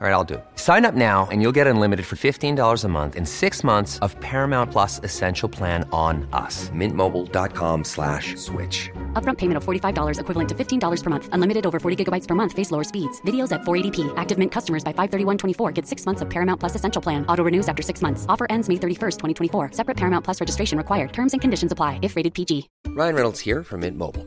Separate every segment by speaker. Speaker 1: All right, I'll do it. Sign up now and you'll get unlimited for $15 a month in six months of Paramount Plus Essential Plan on us. Mintmobile.com slash switch.
Speaker 2: Upfront payment of $45 equivalent to $15 per month. Unlimited over 40 gigabytes per month. Face lower speeds. Videos at 480p. Active Mint customers by 531.24 get six months of Paramount Plus Essential Plan. Auto renews after six months. Offer ends May 31st, 2024. Separate Paramount Plus registration required. Terms and conditions apply if rated PG.
Speaker 1: Ryan Reynolds here from Mint Mobile.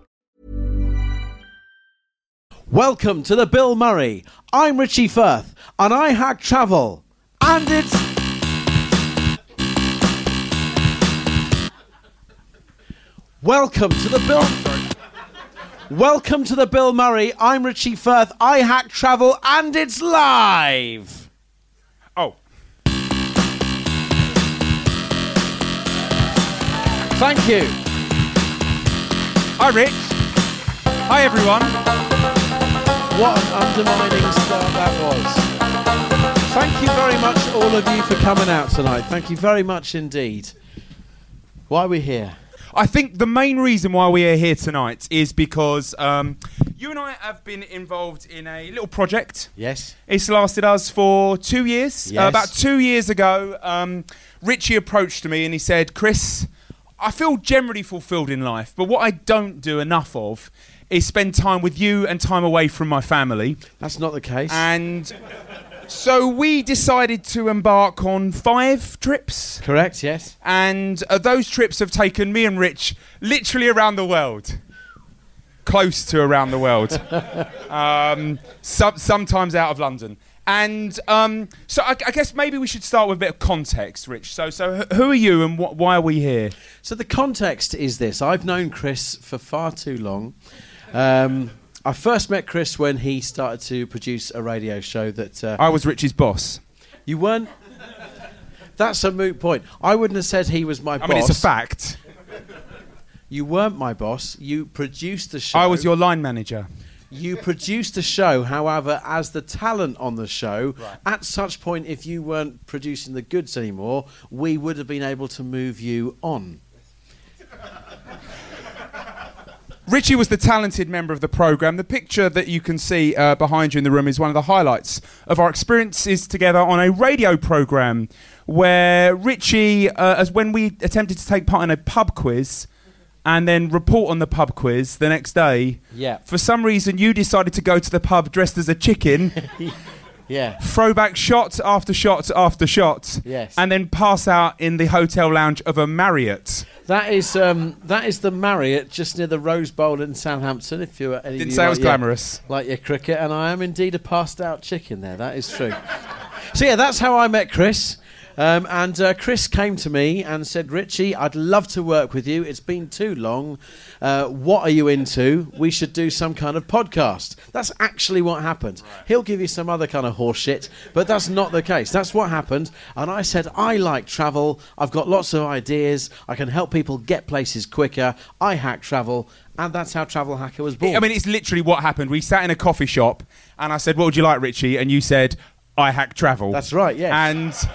Speaker 3: Welcome to the Bill Murray. I'm Richie Firth, and I hack travel. And it's welcome to the Bill. Welcome to the Bill Murray. I'm Richie Firth. I hack travel, and it's live.
Speaker 4: oh,
Speaker 3: Thank you.
Speaker 4: hi Rich. Hi everyone.
Speaker 3: What an undermining start that was. Thank you very much, all of you, for coming out tonight. Thank you very much indeed. Why are we here?
Speaker 5: I think the main reason why we are here tonight is because um, you and I have been involved in a little project.
Speaker 3: Yes.
Speaker 5: It's lasted us for two years. Uh,
Speaker 3: Yes.
Speaker 5: about two years ago, um, Richie approached me and he said, Chris, I feel generally fulfilled in life, but what I don't do enough of is spend time with you and time away from my family.
Speaker 3: That's not the case.
Speaker 5: And so we decided to embark on five trips
Speaker 3: Correct, yes.
Speaker 5: and uh, those trips have taken me and Rich literally around the world. Close to around the world. um, some, sometimes out of London. And um, so I, I guess maybe we should start with a bit of context, Rich. So, so wh- who are you and wh- why are we here?
Speaker 3: So the context is this I've known Chris for far too long. Um, I first met Chris when he started to produce a radio show that uh,
Speaker 5: I was Rich's boss.
Speaker 3: you weren't. That's a moot point. I wouldn't have said he was my
Speaker 5: I
Speaker 3: boss.
Speaker 5: mean, it's a fact.
Speaker 3: You weren't my boss. You produced the show.
Speaker 5: I was your line manager.
Speaker 3: You produced the show, however, as the talent on the show. At such point, if you weren't producing the goods anymore, we would have been able to move you on.
Speaker 5: Richie was the talented member of the program. The picture that you can see uh, behind you in the room is one of the highlights of our experiences together on a radio program where Richie, uh, as when we attempted to take part in a pub quiz and then report on the pub quiz the next day,
Speaker 3: Yeah.
Speaker 5: for some reason you decided to go to the pub dressed as a chicken,
Speaker 3: Yeah.
Speaker 5: throw back shot after shot after shot,
Speaker 3: Yes.
Speaker 5: and then pass out in the hotel lounge of a Marriott.
Speaker 3: That is um, that is the Marriott just near the Rose Bowl in Southampton. If you any of
Speaker 5: Didn't
Speaker 3: you
Speaker 5: say it
Speaker 3: like
Speaker 5: was
Speaker 3: your-
Speaker 5: glamorous.
Speaker 3: like your cricket, and I am indeed a passed out chicken. There, that is true. so yeah, that's how I met Chris. Um, and uh, Chris came to me and said, Richie, I'd love to work with you. It's been too long. Uh, what are you into? We should do some kind of podcast. That's actually what happened. He'll give you some other kind of horseshit, but that's not the case. That's what happened. And I said, I like travel. I've got lots of ideas. I can help people get places quicker. I hack travel. And that's how Travel Hacker was born.
Speaker 5: I mean, it's literally what happened. We sat in a coffee shop, and I said, "What would you like, Richie?" And you said, "I hack travel."
Speaker 3: That's right, yes.
Speaker 5: And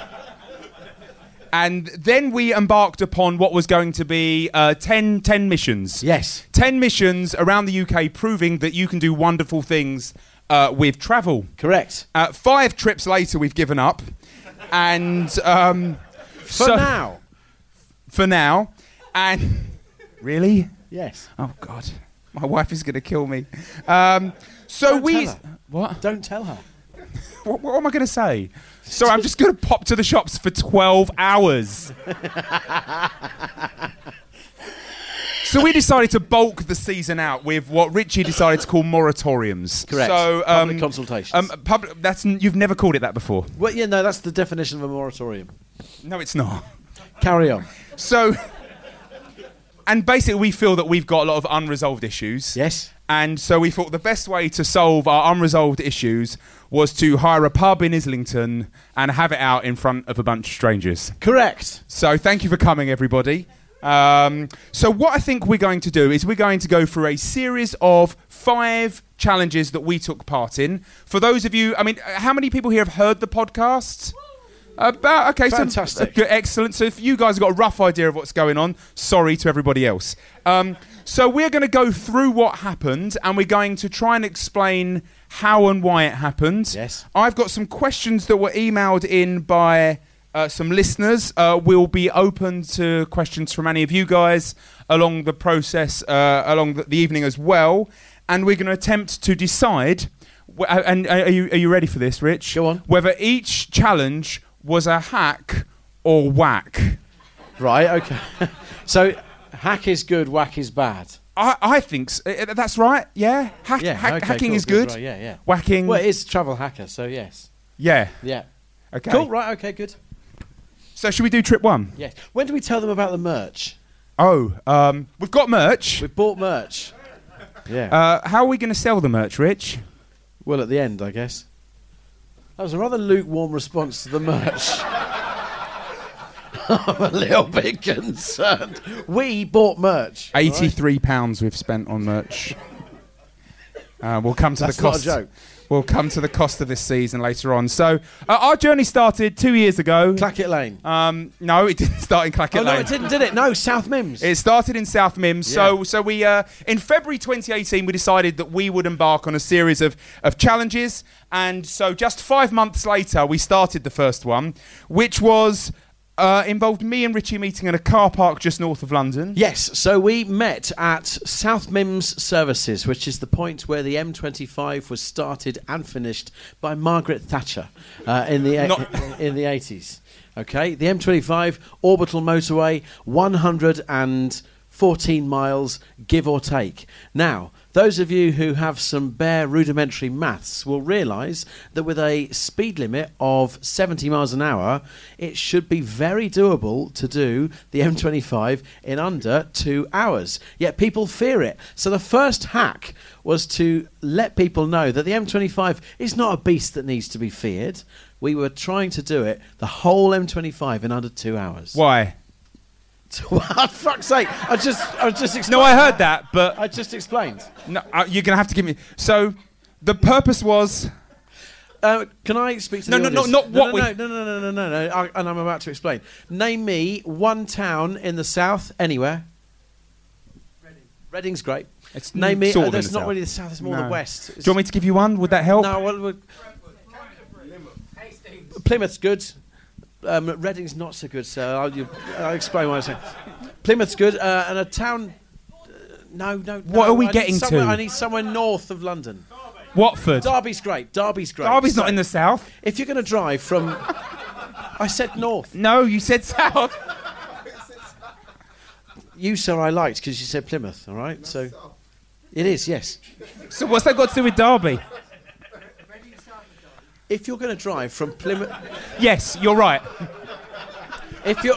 Speaker 5: and then we embarked upon what was going to be uh, 10, 10 missions.
Speaker 3: Yes.
Speaker 5: ten missions around the UK, proving that you can do wonderful things uh, with travel.
Speaker 3: Correct.
Speaker 5: Uh, five trips later, we've given up, and um,
Speaker 3: For now.
Speaker 5: for now, and really.
Speaker 3: Yes.
Speaker 5: Oh God, my wife is going to kill me. Um, so
Speaker 3: Don't
Speaker 5: we.
Speaker 3: tell her.
Speaker 5: What?
Speaker 3: Don't tell her.
Speaker 5: what? What am I going to say? So I'm just going to pop to the shops for 12 hours. so we decided to bulk the season out with what Richie decided to call moratoriums.
Speaker 3: Correct.
Speaker 5: So
Speaker 3: Public consultations.
Speaker 5: Um, public. That's n- you've never called it that before.
Speaker 3: Well, yeah, no, that's the definition of a moratorium.
Speaker 5: No, it's not.
Speaker 3: Carry on.
Speaker 5: So, and basically, we feel that we've got a lot of unresolved issues.
Speaker 3: Yes.
Speaker 5: And so we thought the best way to solve our unresolved issues was to hire a pub in Islington and have it out in front of a bunch of strangers.
Speaker 3: Correct.
Speaker 5: So thank you for coming, everybody. Um, so what I think we're going to do is we're going to go through a series of five challenges that we took part in. For those of you, I mean, uh, how many people here have heard the podcast? About okay, so-
Speaker 3: Fantastic.
Speaker 5: good, excellent. So if you guys have got a rough idea of what's going on, sorry to everybody else. Um, so we're going to go through what happened, and we're going to try and explain how and why it happened.
Speaker 3: Yes.
Speaker 5: I've got some questions that were emailed in by uh, some listeners. Uh, we'll be open to questions from any of you guys along the process, uh, along the, the evening as well. And we're going to attempt to decide. Wh- uh, and are you, are you ready for this, Rich?
Speaker 3: Go on.
Speaker 5: Whether each challenge was a hack or whack.
Speaker 3: Right, okay. so, hack is good, whack is bad.
Speaker 5: I, I think s- uh, that's right. Yeah. Hack,
Speaker 3: Yeah,
Speaker 5: hack-
Speaker 3: okay,
Speaker 5: hacking
Speaker 3: cool,
Speaker 5: is good.
Speaker 3: right, yeah, yeah.
Speaker 5: Whacking.
Speaker 3: Well, it is travel hacker, so yes.
Speaker 5: yeah.
Speaker 3: Yeah.
Speaker 5: Okay.
Speaker 3: Cool, right, okay, good.
Speaker 5: So should we do trip one?
Speaker 3: Yes. When do we tell them about the merch?
Speaker 5: Oh, um, we've got merch.
Speaker 3: We bought merch. Yeah.
Speaker 5: Uh, how are we going to sell the merch, Rich?
Speaker 3: well, at the end, I guess. That was a rather lukewarm response to the merch. I'm a little bit concerned. We bought merch.
Speaker 5: Eighty-three pounds we've spent on merch. Uh, we'll come to
Speaker 3: That's
Speaker 5: the
Speaker 3: not a
Speaker 5: cost.
Speaker 3: joke.
Speaker 5: We'll come to the cost of this season later on. So uh, our journey started two years ago.
Speaker 3: Clackett Lane.
Speaker 5: um, no, it didn't start in Clackett
Speaker 3: oh,
Speaker 5: Lane.
Speaker 3: no, it didn't, did it? No, South Mims.
Speaker 5: It started in South Mims. So,
Speaker 3: Yeah.
Speaker 5: so we uh, in February 2018 we decided that we would embark on a series of of challenges, and so just five months later we started the first one, which was. Uh, involved me and Richie meeting in a car park just north of London.
Speaker 3: Yes, so we met at South Mims Services, which is the point where the M25 was started and finished by Margaret Thatcher uh, in the
Speaker 5: Not-
Speaker 3: in the 80s. Okay, the M25 orbital motorway, 114 miles, give or take. Now, those of you who have some bare rudimentary maths will realise that with a speed limit of 70 miles an hour, it should be very doable to do the M25 in under two hours. Yet people fear it. So the first hack was to let people know that the M25 is not a beast that needs to be feared. We were trying to do it the whole M25 in under two hours.
Speaker 5: Why?
Speaker 3: What? Fuck's sake! I just, I just explained.
Speaker 5: No, I heard that, but
Speaker 3: I just explained.
Speaker 5: no, uh, you're gonna have to give me. So, the purpose was
Speaker 3: Uh, can I speak to
Speaker 5: No,
Speaker 3: the
Speaker 5: no, no,
Speaker 3: audience?
Speaker 5: not what
Speaker 3: no,
Speaker 5: we-
Speaker 3: no, no, no, no, no, no, no, no. I, and I'm about to explain. Name me one town in the south, anywhere. Reading's great.
Speaker 5: It's
Speaker 3: Name me.
Speaker 5: sort
Speaker 3: oh,
Speaker 5: of in
Speaker 3: that's
Speaker 5: the
Speaker 3: not
Speaker 5: south.
Speaker 3: really the south. It's more
Speaker 5: No.
Speaker 3: the west.
Speaker 5: Do you want me to give you one? Would that help?
Speaker 3: No, well, well, Plymouth's good. Um, Reading's not so good, so I'll, you, I'll explain what I'm saying. Plymouth's good, uh, and a town. uh, No, no.
Speaker 5: What
Speaker 3: no,
Speaker 5: are we
Speaker 3: I need
Speaker 5: getting
Speaker 3: somewhere-
Speaker 5: to?
Speaker 3: I need somewhere north of London.
Speaker 5: Watford.
Speaker 3: Derby's great. Derby's great.
Speaker 5: Derby's
Speaker 3: So-
Speaker 5: not in the south.
Speaker 3: if you're going to drive from. I said north.
Speaker 5: No, you said south.
Speaker 3: You, sir, I liked because you said Plymouth, all right? So. It is, yes.
Speaker 5: so what's that got to do with Derby?
Speaker 3: If you're going to drive from Plymouth.
Speaker 5: Yes, you're right.
Speaker 3: If you're.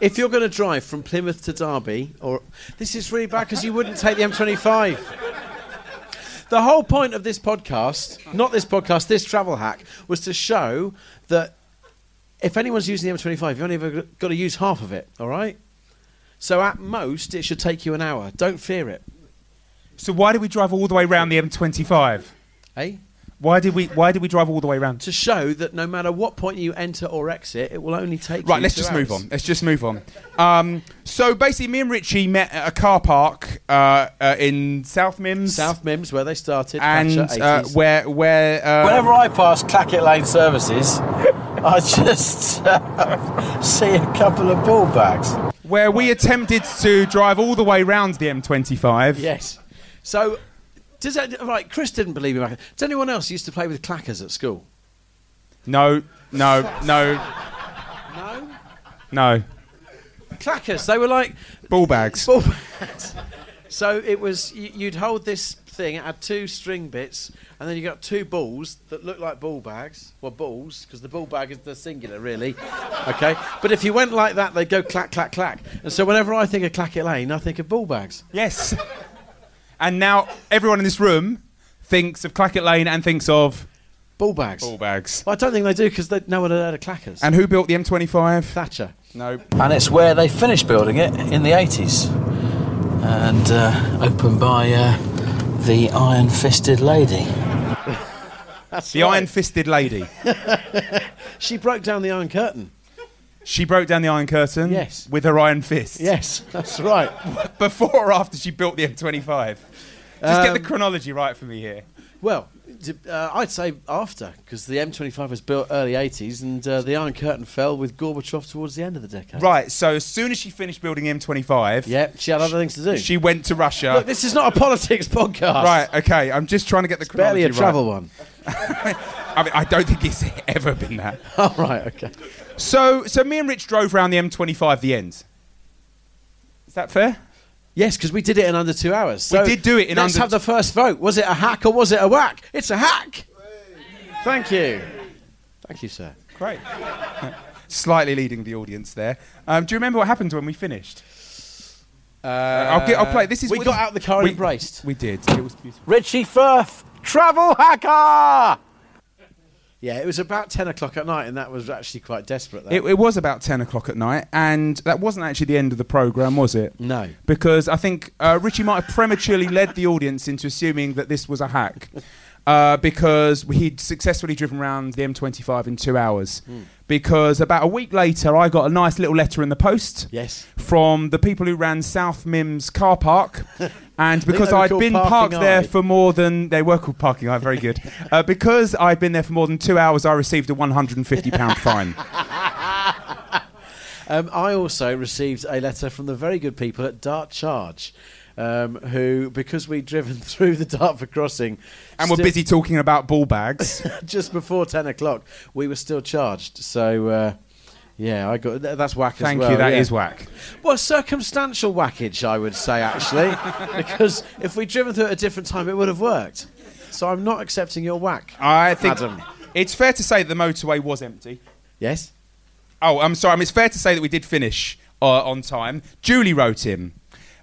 Speaker 3: If you're going to drive from Plymouth to Derby, or this is really bad because you wouldn't take the M25. The whole point of this podcast, not this podcast, this travel hack, was to show that if anyone's using the M25, you've only ever got to use half of it. All right. So at most, it should take you an hour. Don't fear it.
Speaker 5: So why did we drive all the way around the M25?
Speaker 3: Eh?
Speaker 5: Why did we Why did we drive all the way around?
Speaker 3: To show that no matter what point you enter or exit, it will only take
Speaker 5: Right,
Speaker 3: you
Speaker 5: let's
Speaker 3: two
Speaker 5: just move
Speaker 3: hours.
Speaker 5: on. Let's just move on. Um, so basically, me and Richie met at a car park uh, uh, in South Mims,
Speaker 3: South Mims, where they started,
Speaker 5: and
Speaker 3: Thatcher,
Speaker 5: uh,
Speaker 3: 80s.
Speaker 5: where where uh,
Speaker 3: Whenever I pass Clackett Lane Services, I just uh, see a couple of ball bags.
Speaker 5: where we attempted to drive all the way round the M25.
Speaker 3: Yes. So, does that right? Chris didn't believe me. Back. Does anyone else used to play with clackers at school?
Speaker 5: No, no, no,
Speaker 3: No.
Speaker 5: no.
Speaker 3: Clackers. They were like
Speaker 5: Ball bags.
Speaker 3: ball bats. So it was y- you'd hold this thing. It had two string bits, and then you got two balls that looked like ball bags. Well, balls because the ball bag is the singular, really. Okay. But if you went like that, they'd go clack, clack, clack. And so whenever I think of Clackett Lane, I think of ball bags.
Speaker 5: Yes. And now everyone in this room thinks of Clackett Lane and thinks of
Speaker 3: Ball bags.
Speaker 5: ball bags.
Speaker 3: Well, I don't think they do because no one had heard of clackers.
Speaker 5: And who built the M25?
Speaker 3: Thatcher.
Speaker 5: No.
Speaker 6: and it's where they finished building it in the 80s and uh, opened by uh, the iron fisted lady.
Speaker 3: That's
Speaker 5: The
Speaker 3: right.
Speaker 5: iron fisted lady.
Speaker 3: She broke down the iron curtain.
Speaker 5: She broke down the iron curtain
Speaker 3: Yes.
Speaker 5: with her iron fist.
Speaker 3: Yes, that's right.
Speaker 5: Before or after she built the M25? Just
Speaker 3: Um,
Speaker 5: get the chronology right for me here.
Speaker 3: well, d- uh, I'd say after, because the M25 was built early 80s and uh, the Iron Curtain fell with Gorbachev towards the end of the decade.
Speaker 5: Right, so as soon as she finished building the M25,
Speaker 3: Yeah, she had other things to do.
Speaker 5: she went to Russia.
Speaker 3: Look, this is not a politics podcast.
Speaker 5: right, okay, I'm just trying to get the chronology
Speaker 3: Barely a travel
Speaker 5: right.
Speaker 3: one.
Speaker 5: I mean, I don't think it's ever been that.
Speaker 3: All right, okay.
Speaker 5: So, so me and Rich drove around the M25 the end. Is that fair?
Speaker 3: Yes, because we did it in under two hours.
Speaker 5: We
Speaker 3: So
Speaker 5: did do it in
Speaker 3: let's
Speaker 5: under
Speaker 3: have the first vote. Was it a hack or was it a whack? It's a hack. Thank you. Thank you, sir.
Speaker 5: Great. Slightly leading the audience there. Um, do you remember what happened when we finished? I'll, get, I'll play. This is
Speaker 3: Uh, we
Speaker 5: what-
Speaker 3: got out of the car and
Speaker 5: we-
Speaker 3: embraced.
Speaker 5: We did. It was beautiful.
Speaker 6: Richie Firth, travel hacker!
Speaker 3: Yeah, it was about 10 o'clock at night, and that was actually quite desperate. That.
Speaker 5: It, it was about 10 o'clock at night, and that wasn't actually the end of the programme, was it?
Speaker 3: No.
Speaker 5: Because I think uh, Richie might have prematurely led the audience into assuming that this was a hack. Uh, because he'd successfully driven around the M25 in two hours.
Speaker 3: Hmm.
Speaker 5: Because about a week later, I got a nice little letter in the post.
Speaker 3: Yes.
Speaker 5: From the people who ran South Mims car park. and because
Speaker 3: they were
Speaker 5: I'd
Speaker 3: called
Speaker 5: been
Speaker 3: Parking
Speaker 5: parked there
Speaker 3: Eye.
Speaker 5: for more than. They were called Parking Eye, very good. uh, because I'd been there for more than two hours, I received a £150 fine.
Speaker 3: Um, I also received a letter from the very good people at Dart Charge, um, who, because we'd driven through the Dartford crossing,
Speaker 5: and we're
Speaker 3: still-
Speaker 5: busy talking about ball bags.
Speaker 3: just before ten o'clock, we were still charged. So, uh, yeah, I got th- that's whack.
Speaker 5: Thank
Speaker 3: as well,
Speaker 5: you. That is
Speaker 3: yeah.
Speaker 5: whack.
Speaker 3: Well, circumstantial whackage, I would say actually, because if we'd driven through at a different time, it would have worked. So I'm not accepting your whack.
Speaker 5: I think
Speaker 3: Adam.
Speaker 5: it's fair to say that the motorway was empty.
Speaker 3: yes.
Speaker 5: Oh, I'm sorry. I mean, it's fair to say that we did finish uh, on time. Julie wrote him.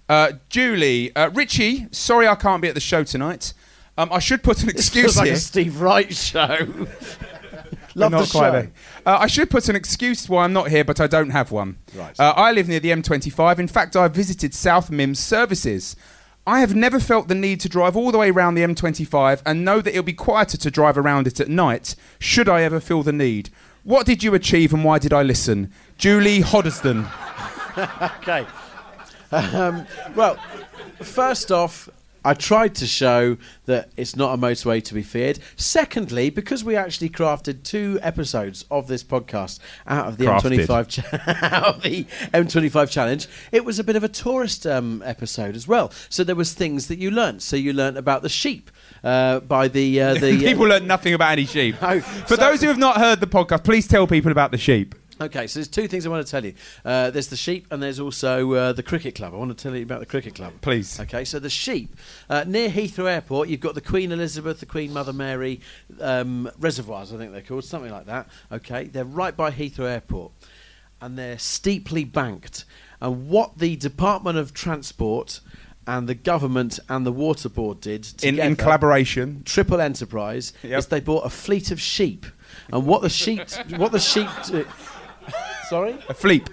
Speaker 5: Uh, Julie, uh, Richie, sorry I can't be at the show tonight. Um, I should put an excuse
Speaker 3: Feels like
Speaker 5: here.
Speaker 3: a Steve Wright show.
Speaker 5: I'm
Speaker 3: Love the
Speaker 5: not quite
Speaker 3: show.
Speaker 5: there. Uh, I should put an excuse why I'm not here, but I don't have one.
Speaker 3: Right.
Speaker 5: Uh, I live near the M25. In fact, I visited South Mims services. I have never felt the need to drive all the way around the M25 and know that it'll be quieter to drive around it at night, should I ever feel the need. What did you achieve and why did I listen? Julie Hoddesdon.
Speaker 3: Okay. Um, well, first off, I tried to show that it's not a motorway to be feared. Secondly, because we actually crafted two episodes of this podcast out of the
Speaker 5: Crafted.
Speaker 3: M25 cha- out of the M25 challenge, it was a bit of a tourist um, episode as well. So there was things that you learnt. So you learnt about the sheep uh, by the uh, the
Speaker 5: People learn nothing about any sheep.
Speaker 3: No,
Speaker 5: For
Speaker 3: so-
Speaker 5: those who have not heard the podcast, please tell people about the sheep.
Speaker 3: Okay, so there's two things I want to tell you. Uh, there's the sheep, and there's also uh, the cricket club. I want to tell you about the cricket club,
Speaker 5: Please.
Speaker 3: Okay, so the sheep uh, near Heathrow Airport, you've got the Queen Elizabeth, the Queen Mother Mary um, reservoirs. I think they're called something like that. Okay, they're right by Heathrow Airport, and they're steeply banked. And what the Department of Transport and the government and the Water Board did
Speaker 5: In, in
Speaker 3: together-
Speaker 5: collaboration.
Speaker 3: Triple Enterprise
Speaker 5: Yep.
Speaker 3: is they bought a fleet of sheep, and what the sheep, what the sheep, do- sorry,
Speaker 5: A fleep.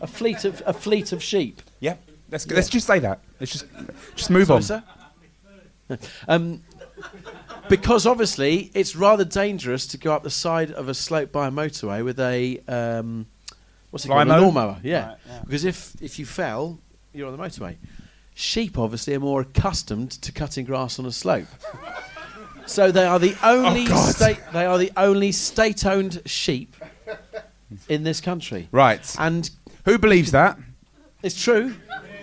Speaker 3: a fleet of a fleet of sheep.
Speaker 5: Yeah. Let's, let's just say that. Let's just, just move on.
Speaker 3: Sorry, sir? Um, because obviously it's rather dangerous to go up the side of a slope by a motorway with a um, what's it called? A
Speaker 5: Limo?
Speaker 3: lawnmower, yeah. Because if if you fell, you're on the motorway. Sheep obviously are more accustomed to cutting grass on a slope. So they are the only
Speaker 5: Oh, God.
Speaker 3: state they are the only state-owned sheep in this country.
Speaker 5: Right.
Speaker 3: And
Speaker 5: Who believes that?
Speaker 3: It's true.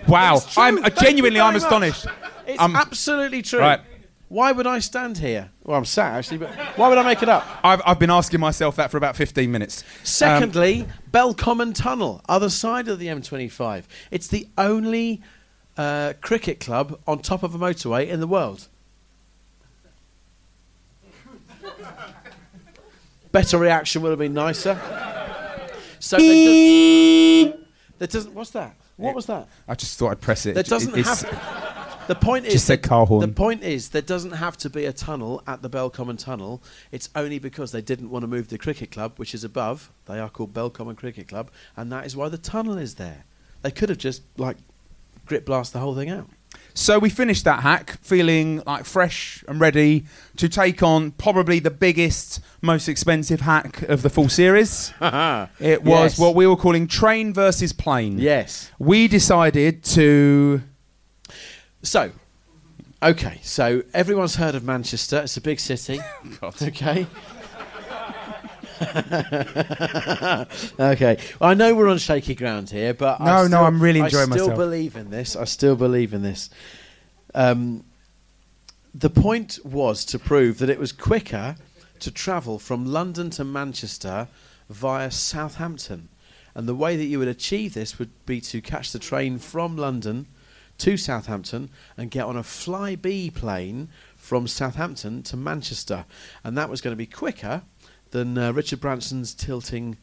Speaker 5: Wow.
Speaker 3: It's true.
Speaker 5: I'm uh,
Speaker 3: Thank you
Speaker 5: genuinely I'm
Speaker 3: very much.
Speaker 5: astonished.
Speaker 3: It's
Speaker 5: Um,
Speaker 3: absolutely true.
Speaker 5: right.
Speaker 3: Why would I stand here? Well, I'm sat actually, but why would I make it up?
Speaker 5: I've, I've been asking myself that for about 15 minutes. Um,
Speaker 3: Secondly, Bell Common Tunnel, other side of the M25. It's the only uh, cricket club on top of a motorway in the world. Better reaction would have been nicer. So there, does, there doesn't. What's that? What was that?
Speaker 5: I just thought I'd press it.
Speaker 3: There
Speaker 5: It-
Speaker 3: doesn't
Speaker 5: it's-
Speaker 3: have. The point is,
Speaker 5: Just said
Speaker 3: that-
Speaker 5: car horn.
Speaker 3: the point is, there doesn't have to be a tunnel at the Bell Common Tunnel. It's only because they didn't want to move the cricket club, which is above. They are called Bell Common Cricket Club, and that is why the tunnel is there. They could have just like grit blast the whole thing out.
Speaker 5: So we finished that hack feeling like fresh and ready to take on probably the biggest, most expensive hack of the full series. it was
Speaker 3: Yes.
Speaker 5: what we were calling train versus plane.
Speaker 3: Yes.
Speaker 5: We decided to.
Speaker 3: So, okay. So everyone's heard of Manchester. It's a big city. Okay. okay. Well, I know we're on shaky ground here, but I
Speaker 5: No, no,
Speaker 3: still-
Speaker 5: I'm really
Speaker 3: I
Speaker 5: enjoying
Speaker 3: still
Speaker 5: myself.
Speaker 3: believe in this. I still believe in this. Um, the point was to prove that it was quicker to travel from London to Manchester via Southampton. And the way that you would achieve this would be to catch the train from London to Southampton and get on a Flybe plane from Southampton to Manchester. And that was going to be quicker than uh, Richard Branson's tilting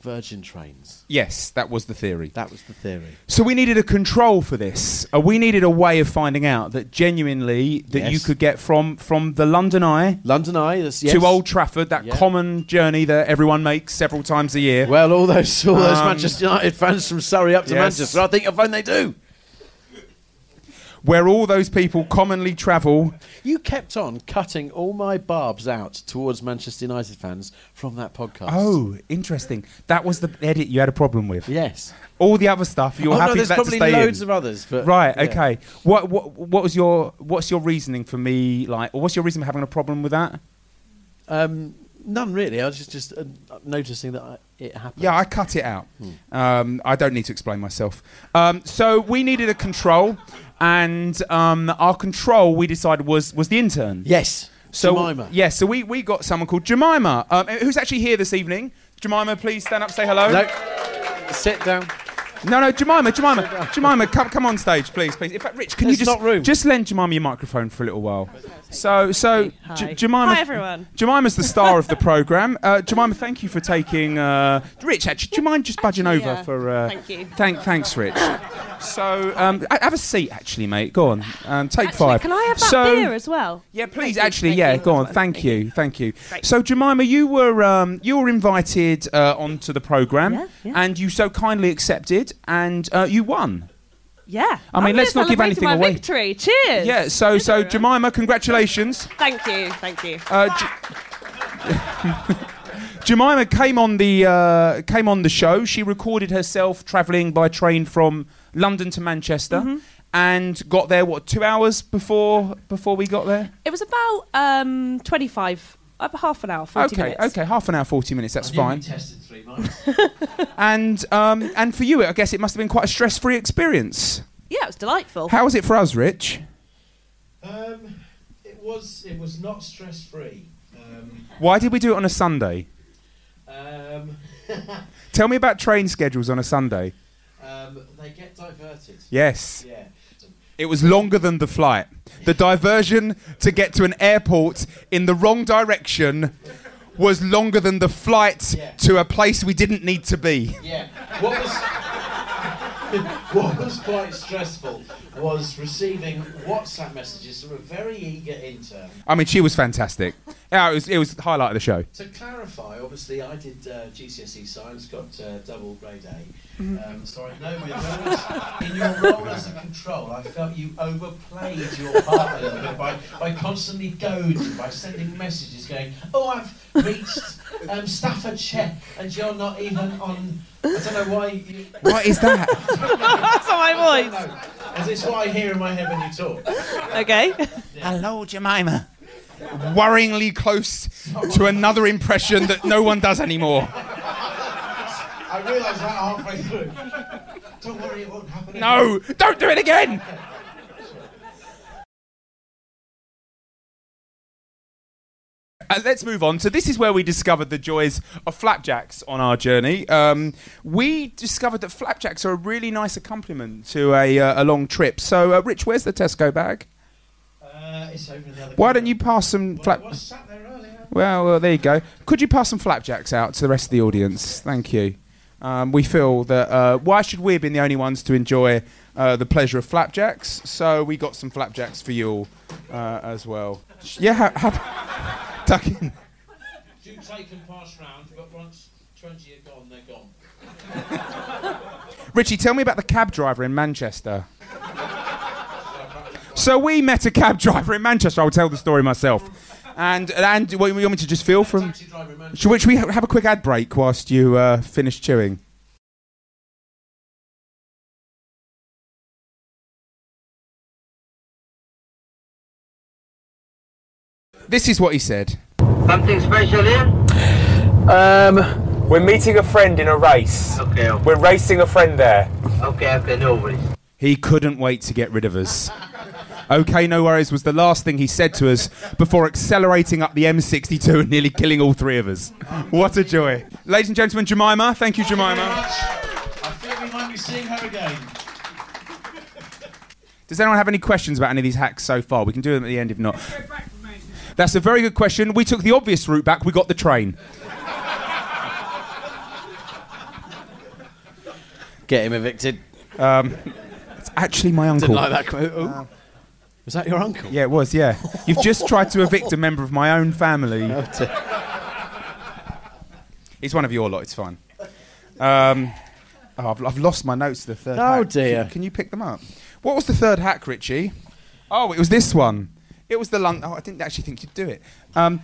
Speaker 3: Virgin trains.
Speaker 5: Yes, that was the theory.
Speaker 3: That was the theory.
Speaker 5: So we needed a control for this. Uh, we needed a way of finding out that genuinely that
Speaker 3: Yes.
Speaker 5: you could get from from the London Eye
Speaker 3: London Eye, that's yes.
Speaker 5: to Old Trafford, that
Speaker 3: Yeah.
Speaker 5: common journey that everyone makes several times a year.
Speaker 3: Well, all those all those
Speaker 5: Um,
Speaker 3: Manchester United fans from Surrey up to
Speaker 5: Yes.
Speaker 3: Manchester, I think you'll find they do.
Speaker 5: where all those people commonly travel.
Speaker 3: You kept on cutting all my barbs out towards Manchester United fans from that podcast.
Speaker 5: Oh, interesting. That was the edit you had a problem with.
Speaker 3: yes.
Speaker 5: All the other stuff you're
Speaker 3: oh
Speaker 5: happy
Speaker 3: no,
Speaker 5: for
Speaker 3: there's
Speaker 5: that
Speaker 3: probably
Speaker 5: to stay
Speaker 3: loads
Speaker 5: in.
Speaker 3: of others, but
Speaker 5: right.
Speaker 3: yeah.
Speaker 5: Okay. What, what what was your what's your reasoning for me like? Or what's your reason for having a problem with that?
Speaker 3: Um, none really. I was just just uh, noticing that I, it happened.
Speaker 5: Yeah, I cut it out. Um, I don't need to explain myself. Um, so we needed a control, and um, our control we decided was was the intern.
Speaker 3: yes.
Speaker 5: So
Speaker 3: Jemima.
Speaker 5: yeah, so we, we got someone called Jemima, um, who's actually here this evening. Jemima, please stand up, say hello.
Speaker 3: No. Sit down.
Speaker 5: No, no, Jemima, Jemima, Jemima, come, come on stage, please, please. In fact, Rich, can
Speaker 3: There's
Speaker 5: you just
Speaker 3: not room.
Speaker 5: just lend Jemima your microphone for a little while? So, so J- Jemima,
Speaker 7: Hi, everyone.
Speaker 5: Jemima's the star of the program. Uh, Jemima, thank you for taking uh, Rich. Actually, do you mind just budging over
Speaker 7: yeah.
Speaker 5: for? Uh,
Speaker 7: Thank you.
Speaker 5: Thank, thanks, Rich. So, um, ha- have a seat, actually, mate. Go on, um, take five.
Speaker 7: Can I have that
Speaker 5: so,
Speaker 7: beer as well?
Speaker 5: yeah, please.
Speaker 7: Thank you,
Speaker 5: actually,
Speaker 7: thank
Speaker 5: yeah.
Speaker 7: you.
Speaker 5: Go on.
Speaker 7: That's fine,
Speaker 5: Thank you. Thank you.
Speaker 7: Great.
Speaker 5: So, Jemima, you were um, you were invited uh, onto the program,
Speaker 7: Yeah, yeah.
Speaker 5: and you so kindly accepted, and uh, you won.
Speaker 7: Yeah.
Speaker 5: I mean,
Speaker 7: I'm
Speaker 5: let's
Speaker 7: here
Speaker 5: not give
Speaker 7: celebrating
Speaker 5: anything
Speaker 7: my
Speaker 5: away.
Speaker 7: Victory. Cheers.
Speaker 5: Yeah. So, so Jemima, congratulations.
Speaker 7: Thank you. Thank you.
Speaker 5: Uh, J- Jemima came on the uh, came on the show. She recorded herself travelling by train from London to Manchester. And got there what two hours before before we got there?
Speaker 7: It was about um, 25, uh, half an hour, 40
Speaker 5: okay,
Speaker 7: minutes.
Speaker 5: okay, half an hour, forty minutes. That's fine.
Speaker 3: tested three months.
Speaker 5: And um, and for you, I guess it must have been quite a stress-free experience.
Speaker 7: Yeah, it was delightful.
Speaker 5: How was it for us, Rich?
Speaker 3: um, it was it was not stress free. Um,
Speaker 5: Why did we do it on a Sunday?
Speaker 3: um,
Speaker 5: Tell me about train schedules on a Sunday.
Speaker 3: um, they get diverted.
Speaker 5: Yes,
Speaker 3: Yeah.
Speaker 5: it was longer than the flight. The diversion to get to an airport in the wrong direction was longer than the flight
Speaker 3: Yeah.
Speaker 5: to a place we didn't need to be.
Speaker 3: Yeah. What was what was quite stressful was receiving WhatsApp messages from a very eager intern.
Speaker 5: I mean, she was fantastic. Yeah, it was it was the highlight of the show.
Speaker 3: To clarify, obviously, I did uh, GCSE science, got uh, double grade A. Um, so I know in yours, in your role as a control, I felt you overplayed your part a little bit by, by constantly goading, by sending messages going, oh, I've reached um, Staffordshire, and you're not even on. I don't know why you.
Speaker 5: What is that?
Speaker 7: That's not my voice.
Speaker 3: No, is this what I hear in my head when you talk?
Speaker 7: Okay.
Speaker 5: Hello, Jemima. Worryingly close to another impression that no one does anymore.
Speaker 3: I realised that halfway through. Don't worry, it won't happen.
Speaker 5: No, don't do it again. Uh, let's move on. So this is where we discovered the joys of flapjacks on our journey. Um, we discovered that flapjacks are a really nice accompaniment to a, uh, a long trip. So, uh, Rich, where's the Tesco bag?
Speaker 3: Uh, it's over in the other
Speaker 5: Why don't you pass some flap?
Speaker 3: Well, it was sat there earlier.
Speaker 5: Well, well, there you go. Could you pass some flapjacks out to the rest of the audience? Thank you. Um, we feel that uh, why should we have been the only ones to enjoy uh, the pleasure of flapjacks? So we got some flapjacks for you all uh, as well. Yeah, ha- ha- tuck in.
Speaker 3: Do take and pass round, but once 20 are gone, they're gone.
Speaker 5: Richie, tell me about the cab driver in Manchester. so we met a cab driver in Manchester. I'll tell the story myself. And and what, you want me to just feel from?
Speaker 3: Taxi driver in Manchester.
Speaker 5: Should we, should we ha- have a quick ad break whilst you uh, finish chewing? This is what he said.
Speaker 8: Something special here?
Speaker 6: Um,
Speaker 9: We're meeting a friend in a race.
Speaker 8: Okay, okay,
Speaker 9: We're racing a friend there.
Speaker 8: okay, okay, no worries.
Speaker 5: He couldn't wait to get rid of us. Okay, no worries was the last thing he said to us before accelerating up the M62 and nearly killing all three of us. What a joy. Ladies and gentlemen, Jemima. Thank you, Jemima.
Speaker 3: I think we might be seeing her again.
Speaker 5: Does anyone have any questions about any of these hacks so far? We can do them at the end if not. That's a very good question. We took the obvious route back, we got the train.
Speaker 3: Get him evicted.
Speaker 5: It's actually my uncle.
Speaker 3: Didn't like that quote. Oh. Was that your uncle?
Speaker 5: Yeah, it was, yeah. You've just tried to evict a member of my own family. He's one of your lot, it's fine. Um, oh, I've, I've lost my notes to the third
Speaker 3: Oh,
Speaker 5: hack.
Speaker 3: dear.
Speaker 5: Can, can you pick them up? What was the third hack, Richie? Oh, it was this one. It was the lunch. Oh, I didn't actually think you'd do it. Um,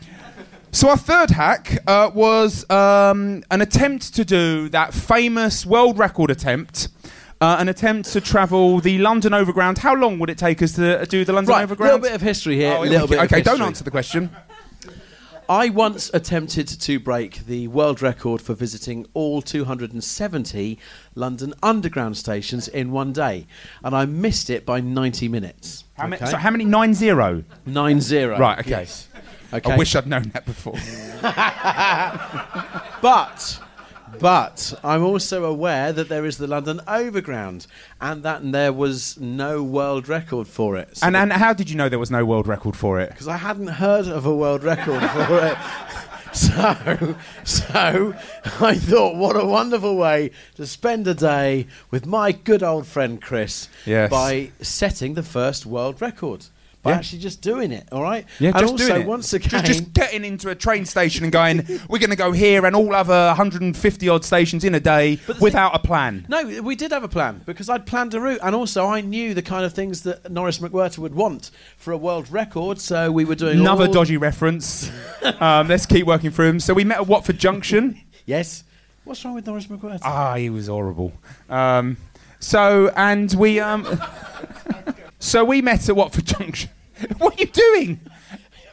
Speaker 5: so our third hack uh, was um, an attempt to do that famous world record attempt, uh, an attempt to travel the London Overground. How long would it take us to uh, do the London
Speaker 3: Right, a
Speaker 5: Overground?
Speaker 3: little bit of history here. a
Speaker 5: Oh,
Speaker 3: little
Speaker 5: okay,
Speaker 3: bit of
Speaker 5: okay, don't
Speaker 3: history.
Speaker 5: answer the question.
Speaker 3: I once attempted to break the world record for visiting all 270 London Underground stations in one day, and I missed it by 90 minutes.
Speaker 5: How, many?
Speaker 3: Okay?
Speaker 5: so how many? Nine zero.
Speaker 3: Nine zero.
Speaker 5: Right, okay.
Speaker 3: Yes. Okay.
Speaker 5: I wish I'd known that before.
Speaker 3: But, but I'm also aware that there is the London Overground, and that there was no world record for it.
Speaker 5: and and how did you know there was no world record for it?
Speaker 3: because I hadn't heard of a world record for it. So, so I thought, what a wonderful way to spend a day with my good old friend Chris
Speaker 5: Yes.
Speaker 3: by setting the first world record by
Speaker 5: Yeah.
Speaker 3: actually just doing it. All right,
Speaker 5: Yeah,
Speaker 3: and
Speaker 5: just
Speaker 3: also
Speaker 5: doing it.
Speaker 3: once
Speaker 5: Ju-
Speaker 3: again,
Speaker 5: just, getting into a train station and going, we're going to go here and all other 150 odd stations in a day
Speaker 3: But the
Speaker 5: without a plan.
Speaker 3: No, we did have a plan because I'd planned a route, and also I knew the kind of things that Norris McWhirter would want for a world record. So we were doing
Speaker 5: Another
Speaker 3: all-
Speaker 5: dodgy reference. um, let's keep working through them. So we met at Watford Junction.
Speaker 3: Yes, what's wrong with Norris McWhirter?
Speaker 5: Ah, he was horrible. Um, so and we um, so we met at Watford Junction. What are you doing?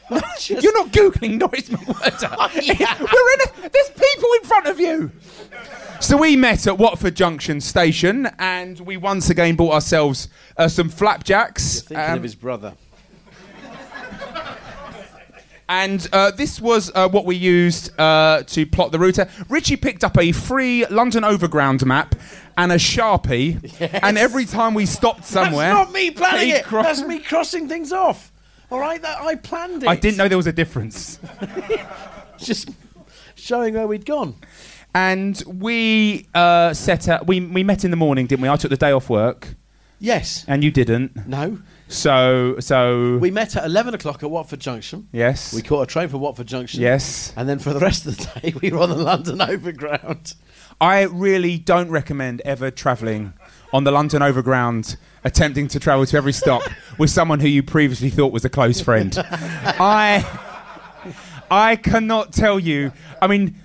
Speaker 3: Just-
Speaker 5: You're not googling Norris McWhirter. We're in. A, there's people in front of you. So we met at Watford Junction station, and we once again bought ourselves uh, some flapjacks.
Speaker 3: Thinking
Speaker 5: um,
Speaker 3: of his brother.
Speaker 5: And uh, this was uh, what we used uh, to plot the route. Richie picked up a free London Overground map and a sharpie, and every time we stopped somewhere,
Speaker 3: That's not me planning
Speaker 5: he
Speaker 3: it.
Speaker 5: cro-
Speaker 3: That's me crossing things off. All right, that I planned it.
Speaker 5: I didn't know there was a difference.
Speaker 3: Just showing where we'd gone.
Speaker 5: And we uh, set out. We we met in the morning, didn't we? I took the day off work,
Speaker 3: Yes.
Speaker 5: and you didn't.
Speaker 3: No.
Speaker 5: So so
Speaker 3: We met at eleven o'clock at Watford Junction.
Speaker 5: yes
Speaker 3: We caught a train for Watford Junction.
Speaker 5: yes.
Speaker 3: And then for the rest of the day, we were on the London Overground.
Speaker 5: I really don't recommend ever travelling on the London Overground, attempting to travel to every stop with someone who you previously thought was a close friend. I, I cannot tell you. I mean,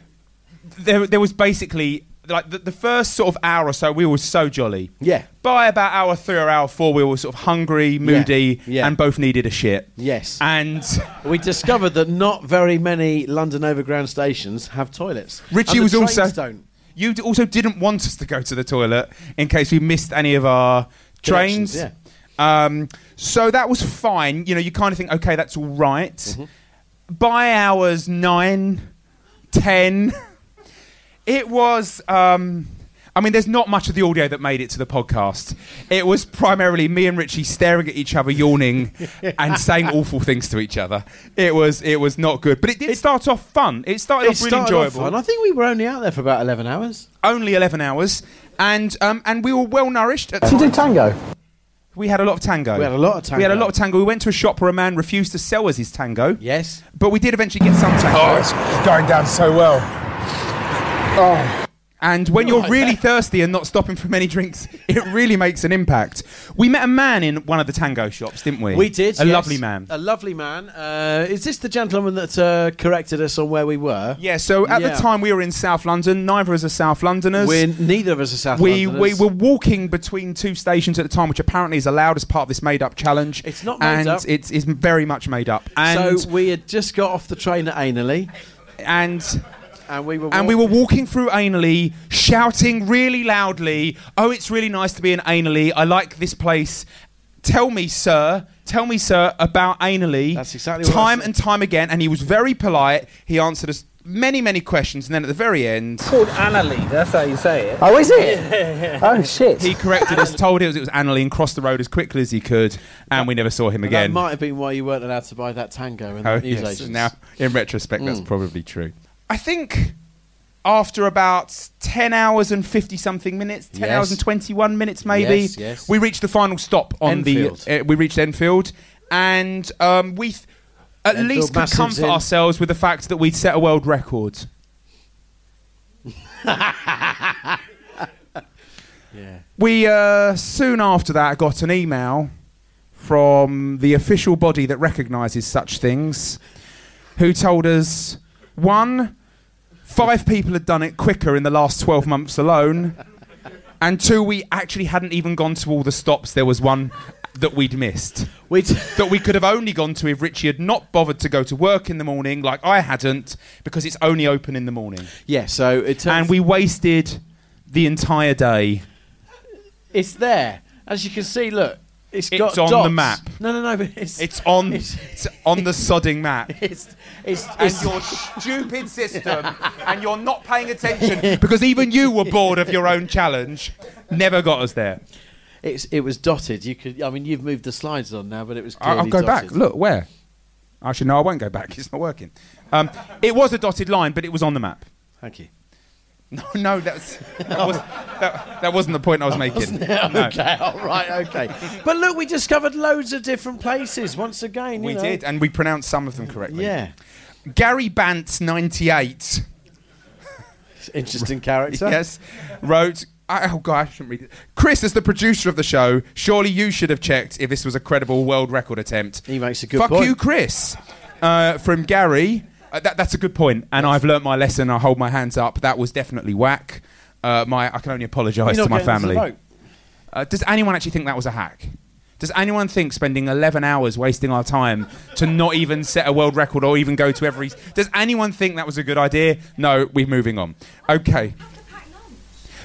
Speaker 5: there, there was basically like the, the first sort of hour or so, we were so jolly.
Speaker 3: Yeah.
Speaker 5: By about hour three or hour four, we were sort of hungry, moody,
Speaker 3: yeah.
Speaker 5: and both needed a shit.
Speaker 3: Yes.
Speaker 5: And
Speaker 3: We discovered that not very many London Overground stations have toilets.
Speaker 5: Richie
Speaker 3: And the
Speaker 5: was
Speaker 3: trains
Speaker 5: also.
Speaker 3: don't.
Speaker 5: You d- also didn't want us to go to the toilet in case we missed any of our trains.
Speaker 3: Connections,
Speaker 5: Um, so that was fine. You know, you kind of think, okay, that's all right.
Speaker 3: Mm-hmm.
Speaker 5: By hours nine, ten, it was. Um, I mean, there's not much of the audio that made it to the podcast. It was primarily me and Richie staring at each other, yawning, and saying awful things to each other. It was it was not good, but it did start off fun. It started off really enjoyable
Speaker 3: And I think we were only out there for about 11 hours.
Speaker 5: only 11 hours and um, and we were well nourished at
Speaker 6: Did you do tango?
Speaker 5: we had a lot of tango
Speaker 3: We had a lot of
Speaker 5: we had a
Speaker 3: tango.
Speaker 5: lot of tango we went to a shop where a man refused to sell us his tango
Speaker 3: Yes.
Speaker 5: but we did eventually get some tango
Speaker 9: Oh, it's going down so well. Oh,
Speaker 5: And when you're really thirsty and not stopping from any drinks, it really makes an impact. We met a man in one of the tango shops, didn't we?
Speaker 3: We did.
Speaker 5: A
Speaker 3: yes.
Speaker 5: lovely man.
Speaker 3: A lovely man. Uh, is this the gentleman that uh, corrected us on where we were?
Speaker 5: yeah, so at
Speaker 3: Yeah.
Speaker 5: the time we were in South London. Neither of us are South Londoners.
Speaker 3: We're, neither of us are South
Speaker 5: we, we
Speaker 3: Londoners.
Speaker 5: were walking between two stations at the time, which apparently is allowed as part of this made up challenge.
Speaker 3: It's not made
Speaker 5: and
Speaker 3: up.
Speaker 5: It's, it's very much made up. And,
Speaker 3: so we had just got off the train at Ainley,
Speaker 5: and,
Speaker 3: and we were
Speaker 5: and we were walking through Ainley, shouting really loudly, Oh, it's really nice to be in Ainley. I like this place. Tell me, sir. Tell me, sir, about Ainley.
Speaker 3: That's exactly what I
Speaker 5: Time
Speaker 3: said.
Speaker 5: and time again. And he was very polite. He answered us many, many questions. And then at the very end,
Speaker 6: Called Annalie, that's how you say it.
Speaker 9: oh is it? oh, shit.
Speaker 5: he corrected us, told us it was Ainley, and crossed the road as quickly as he could. And we never saw him
Speaker 3: That
Speaker 5: again.
Speaker 3: might have been why you weren't allowed to buy that tango in
Speaker 5: Oh,
Speaker 3: the news
Speaker 5: yes.
Speaker 3: agents.
Speaker 5: Now, in retrospect, that's
Speaker 3: Mm.
Speaker 5: probably true. I think after about 10 hours and 50 something minutes, 10 hours
Speaker 3: Yes.
Speaker 5: and 21 minutes maybe,
Speaker 3: Yes, yes.
Speaker 5: we reached the final stop on
Speaker 3: Enfield.
Speaker 5: the. Uh, we reached Enfield, and um, we th- at
Speaker 3: Enfield
Speaker 5: least could
Speaker 3: Massive's
Speaker 5: comfort
Speaker 3: in.
Speaker 5: ourselves with the fact that we'd set a world record.
Speaker 3: Yeah.
Speaker 5: We uh, soon after that got an email from the official body that recognises such things, who told us one, five people had done it quicker in the last 12 months alone, and two, we actually hadn't even gone to all the stops. There was one that we'd missed
Speaker 3: We t-
Speaker 5: that we could have only gone to if Richie had not bothered to go to work in the morning, like I hadn't, because it's only open in the morning.
Speaker 3: yeah, so it turns
Speaker 5: And we wasted the entire day.
Speaker 3: It's there. As you can see, look. It's,
Speaker 5: It's
Speaker 3: got
Speaker 5: on the
Speaker 3: dots.
Speaker 5: map.
Speaker 3: No, no, no. But it's
Speaker 5: It's on,
Speaker 3: It's
Speaker 5: it's on the sodding map.
Speaker 3: it's it's,
Speaker 5: and
Speaker 3: it's
Speaker 5: your stupid system and you're not paying attention because even you were bored of your own challenge never got us there
Speaker 3: it's it was dotted. You could. I mean, you've moved the slides on now, but it was.
Speaker 5: I,
Speaker 3: Clearly
Speaker 5: will go
Speaker 3: dotted.
Speaker 5: back look where actually no i won't go back it's not working um, it was a dotted line but it was on the map
Speaker 3: Thank you.
Speaker 5: no no that's, that, was, that, that wasn't the point i was making No.
Speaker 3: okay. All right. Okay. but look, we discovered loads of different places once again. you
Speaker 5: we
Speaker 3: know.
Speaker 5: did and we pronounced some of them correctly
Speaker 3: Yeah.
Speaker 5: gary bantz 98
Speaker 3: It's an interesting character.
Speaker 5: yes, wrote. I- Oh god, I shouldn't read it. Chris, as the producer of the show, surely you should have checked if this was a credible world record attempt.
Speaker 3: He makes a good
Speaker 5: Fuck
Speaker 3: point.
Speaker 5: you, Chris. Uh, from Gary, Uh, that, that's a good point, and I've learnt my lesson. I hold my hands up. That was definitely whack. Uh, my, I can only apologise
Speaker 3: You're not
Speaker 5: to my
Speaker 3: getting this
Speaker 5: family.
Speaker 3: vote.
Speaker 5: Uh, does anyone actually think that was a hack? Does anyone think spending 11 hours wasting our time to not even set a world record or even go to every. Does anyone think that was a good idea? No, we're moving on. Okay.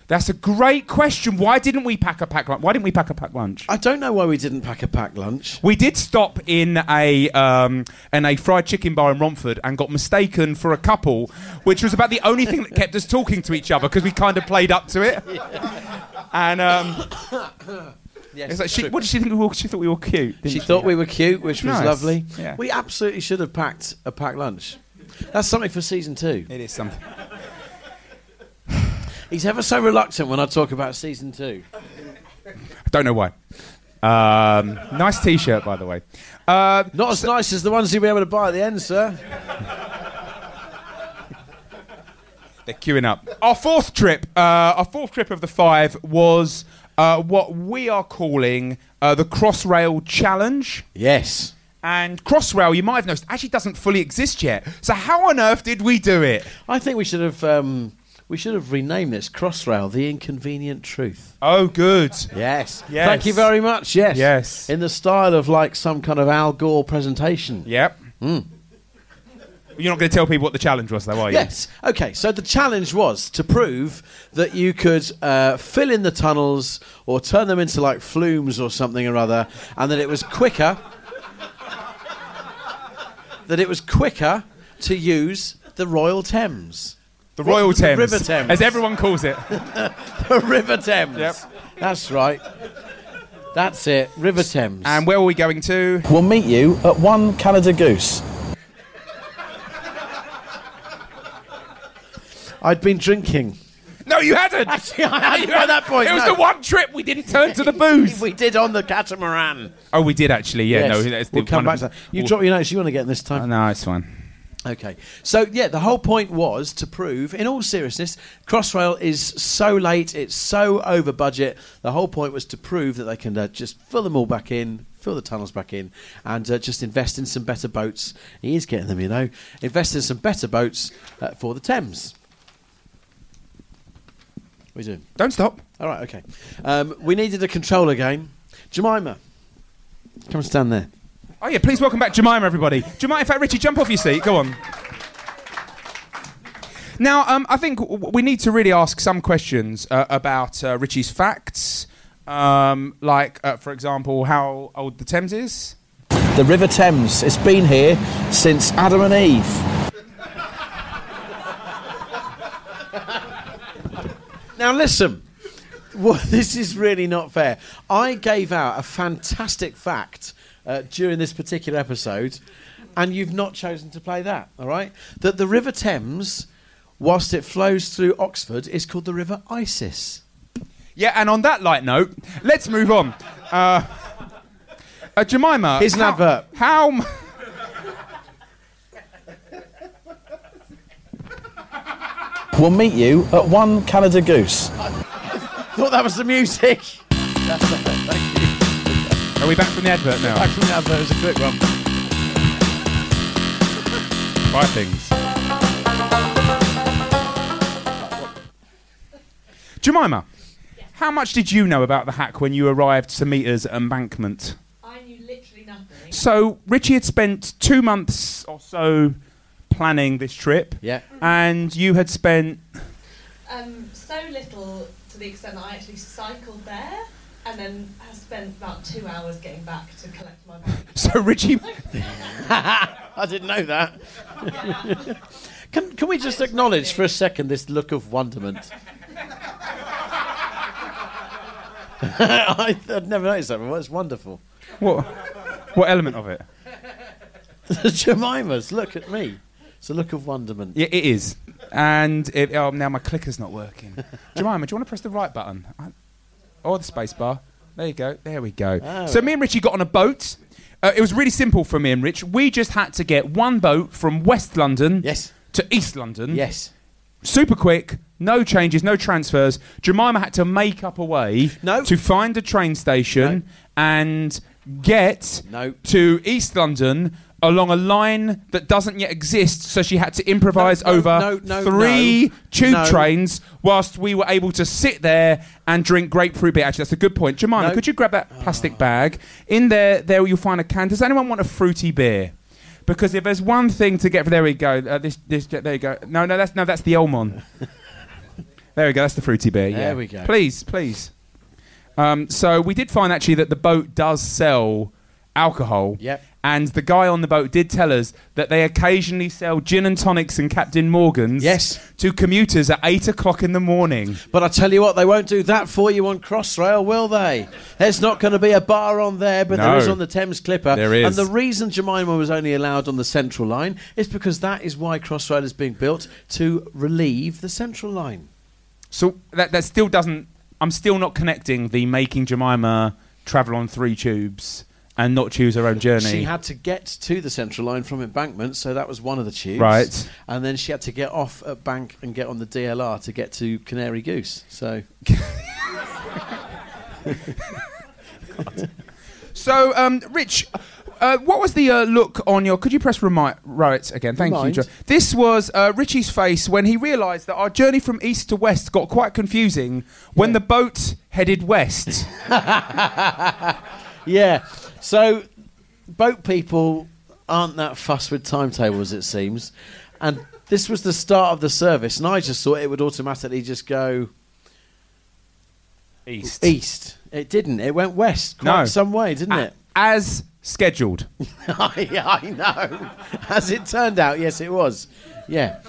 Speaker 5: That's a great question. Why didn't we pack a pack lunch? Why didn't we pack a pack lunch?
Speaker 3: I don't know why we didn't pack a packed lunch.
Speaker 5: We did stop in a um, in a fried chicken bar in Romford and got mistaken for a couple, which was about the only thing that kept us talking to each other because we kind of played up to it. And um,
Speaker 3: Yes,
Speaker 5: it's like she, what did she think? We were, she thought we were cute. didn't
Speaker 3: She thought we were cute, which was
Speaker 5: Nice.
Speaker 3: lovely.
Speaker 5: Yeah.
Speaker 3: We absolutely should have packed a packed lunch. That's something for season two.
Speaker 5: It is something.
Speaker 3: He's ever so reluctant when I talk about season two.
Speaker 5: I don't know why. Um, nice T-shirt, by the way. Uh,
Speaker 3: Not as nice as the ones you'll be able to buy at the end, sir.
Speaker 5: they're queuing up. Our fourth trip, uh, our fourth trip of the five was uh, what we are calling uh, the Crossrail Challenge.
Speaker 3: Yes.
Speaker 5: And Crossrail, you might have noticed, actually doesn't fully exist yet. So how on earth did we do it?
Speaker 3: I think we should have um, we should have renamed this Crossrail, the inconvenient truth.
Speaker 5: Oh, good.
Speaker 3: Yes.
Speaker 5: Yes.
Speaker 3: Thank you very much. Yes.
Speaker 5: Yes.
Speaker 3: Hmm. In the style of like some kind of Al Gore presentation.
Speaker 5: Yep. You're not going to tell people what the challenge was, though, are you?
Speaker 3: Yes. Okay. So the challenge was to prove that you could uh, fill in the tunnels or turn them into like flumes or something or other, and that it was quicker. that it was quicker to use the Royal Thames.
Speaker 5: The Royal
Speaker 3: The
Speaker 5: Thames,
Speaker 3: River Thames.
Speaker 5: as everyone calls it.
Speaker 3: the River Thames.
Speaker 5: Yep.
Speaker 3: That's right. That's it. River Thames.
Speaker 5: And where are we going to?
Speaker 6: We'll meet you at One Canada Goose.
Speaker 3: I'd been drinking.
Speaker 5: No, you hadn't.
Speaker 3: Actually, I hadn't by that point,
Speaker 5: It was
Speaker 3: no.
Speaker 5: the one trip we didn't turn to the booze.
Speaker 3: We did on the catamaran.
Speaker 5: oh, we did actually. Yeah, no, that's the
Speaker 3: we'll come
Speaker 5: one
Speaker 3: back
Speaker 5: of-
Speaker 3: to that. You
Speaker 5: we'll-
Speaker 3: drop your notes. You want to get in this time?
Speaker 5: Oh, no, it's fine.
Speaker 3: Okay. So, yeah, the whole point was to prove, in all seriousness, Crossrail is so late, it's so over budget. The whole point was to prove that they can uh, just fill them all back in, fill the tunnels back in, and uh, just invest in some better boats. He is getting them, you know. Invest in some better boats uh, for the Thames. What are you doing?
Speaker 5: Don't stop.
Speaker 3: All right, okay. Um, we needed a controller game. Jemima, come and stand there.
Speaker 5: Oh yeah, please welcome back Jemima, everybody. Jemima, in fact, Richie, jump off your seat. Go on. Now, um, I think w- we need to really ask some questions uh, about uh, Richie's facts, um, like, uh, for example, how old the Thames is.
Speaker 6: The River Thames. It's been here since Adam and Eve.
Speaker 3: Now listen, well, this is really not fair. I gave out a fantastic fact uh, during this particular episode, and you've not chosen to play that. All right, that the River Thames, whilst it flows through Oxford, is called the River Isis.
Speaker 5: Yeah, and on that light note, let's move on. Uh, uh, Jemima.
Speaker 3: Here's an
Speaker 5: how-
Speaker 3: advert.
Speaker 5: How. m-
Speaker 6: We'll meet you at One Canada Goose.
Speaker 3: Thought that was the music.
Speaker 5: Are we back from the advert now?
Speaker 3: Actually, that was a quick one.
Speaker 5: Buy things. Jemima, how much did you know about the hack when you arrived to meet us at Embankment?
Speaker 7: I knew literally nothing.
Speaker 5: So Richie had spent two months or so planning this trip.
Speaker 3: Yeah.
Speaker 5: And you had spent
Speaker 7: Um, so little to the extent that I actually cycled there and then I spent about two hours getting back to collect my bag.
Speaker 5: so Richie
Speaker 3: I didn't know that. can, can we just acknowledge for a second this look of wonderment? I, I'd never noticed that before. It's wonderful.
Speaker 5: what what element of it?
Speaker 3: Jemima's, look at me. It's a look of wonderment.
Speaker 5: Yeah, it is. And it, oh, now my clicker's not working. Jemima, do you want to press the right button? I- Or the space bar? There you go. There we go.
Speaker 3: Oh.
Speaker 5: So me and Richie got on a boat. Uh, it was really simple for me and Rich. We just had to get one boat from West London
Speaker 3: Yes.
Speaker 5: to East London.
Speaker 3: Yes.
Speaker 5: Super quick. No changes, no transfers. Jemima had to make up a way
Speaker 3: No.
Speaker 5: to find a train station and get
Speaker 3: No.
Speaker 5: to East London along a line that doesn't yet exist. So she had to improvise
Speaker 3: No, no,
Speaker 5: over
Speaker 3: no, no,
Speaker 5: three
Speaker 3: no.
Speaker 5: tube
Speaker 3: No.
Speaker 5: trains whilst we were able to sit there and drink grapefruit beer. Actually, that's a good point. Jemima,
Speaker 3: No.
Speaker 5: could you grab that plastic bag? In there, there you'll find a can. Does anyone want a fruity beer? Because if there's one thing to get, there we go. Uh, this, this, there you go. No, no, that's no, that's the Elmon. there we go. That's the fruity beer. yeah.
Speaker 3: There we go.
Speaker 5: Please, please. Um, so we did find actually that the boat does sell alcohol.
Speaker 3: Yep.
Speaker 5: And the guy on the boat did tell us that they occasionally sell gin and tonics and Captain Morgan's
Speaker 3: Yes.
Speaker 5: to commuters at eight o'clock in the morning.
Speaker 3: But I tell you what, they won't do that for you on Crossrail, will they? There's not going to be a bar on there, but there
Speaker 5: No.
Speaker 3: is on the Thames Clipper.
Speaker 5: There is.
Speaker 3: And the reason Jemima was only allowed on the Central Line is because that is why Crossrail is being built to relieve the Central Line.
Speaker 5: So that, that still doesn't. I'm still not connecting the making Jemima travel on three tubes and not choose her own journey.
Speaker 3: She had to get to the Central Line from Embankment, so that was one of the tubes.
Speaker 5: Right.
Speaker 3: And then she had to get off at Bank and get on the DLR to get to Canary Goose. So
Speaker 5: So, um, Rich, uh, what was the uh, look on your? Could you press remi- right again? Thank
Speaker 3: Remind.
Speaker 5: you. Jo- this was uh, Richie's face when he realised that our journey from east to west got quite confusing when the boat headed west.
Speaker 3: Yeah. So, boat people aren't that fussed with timetables, it seems. And this was the start of the service, and I just thought it would automatically just go
Speaker 5: East.
Speaker 3: east. It didn't. It went west quite
Speaker 5: No. Ah.
Speaker 3: some way, didn't
Speaker 5: A-
Speaker 3: it?
Speaker 5: As scheduled.
Speaker 3: I, I know. As it turned out, yes, it was. Yeah.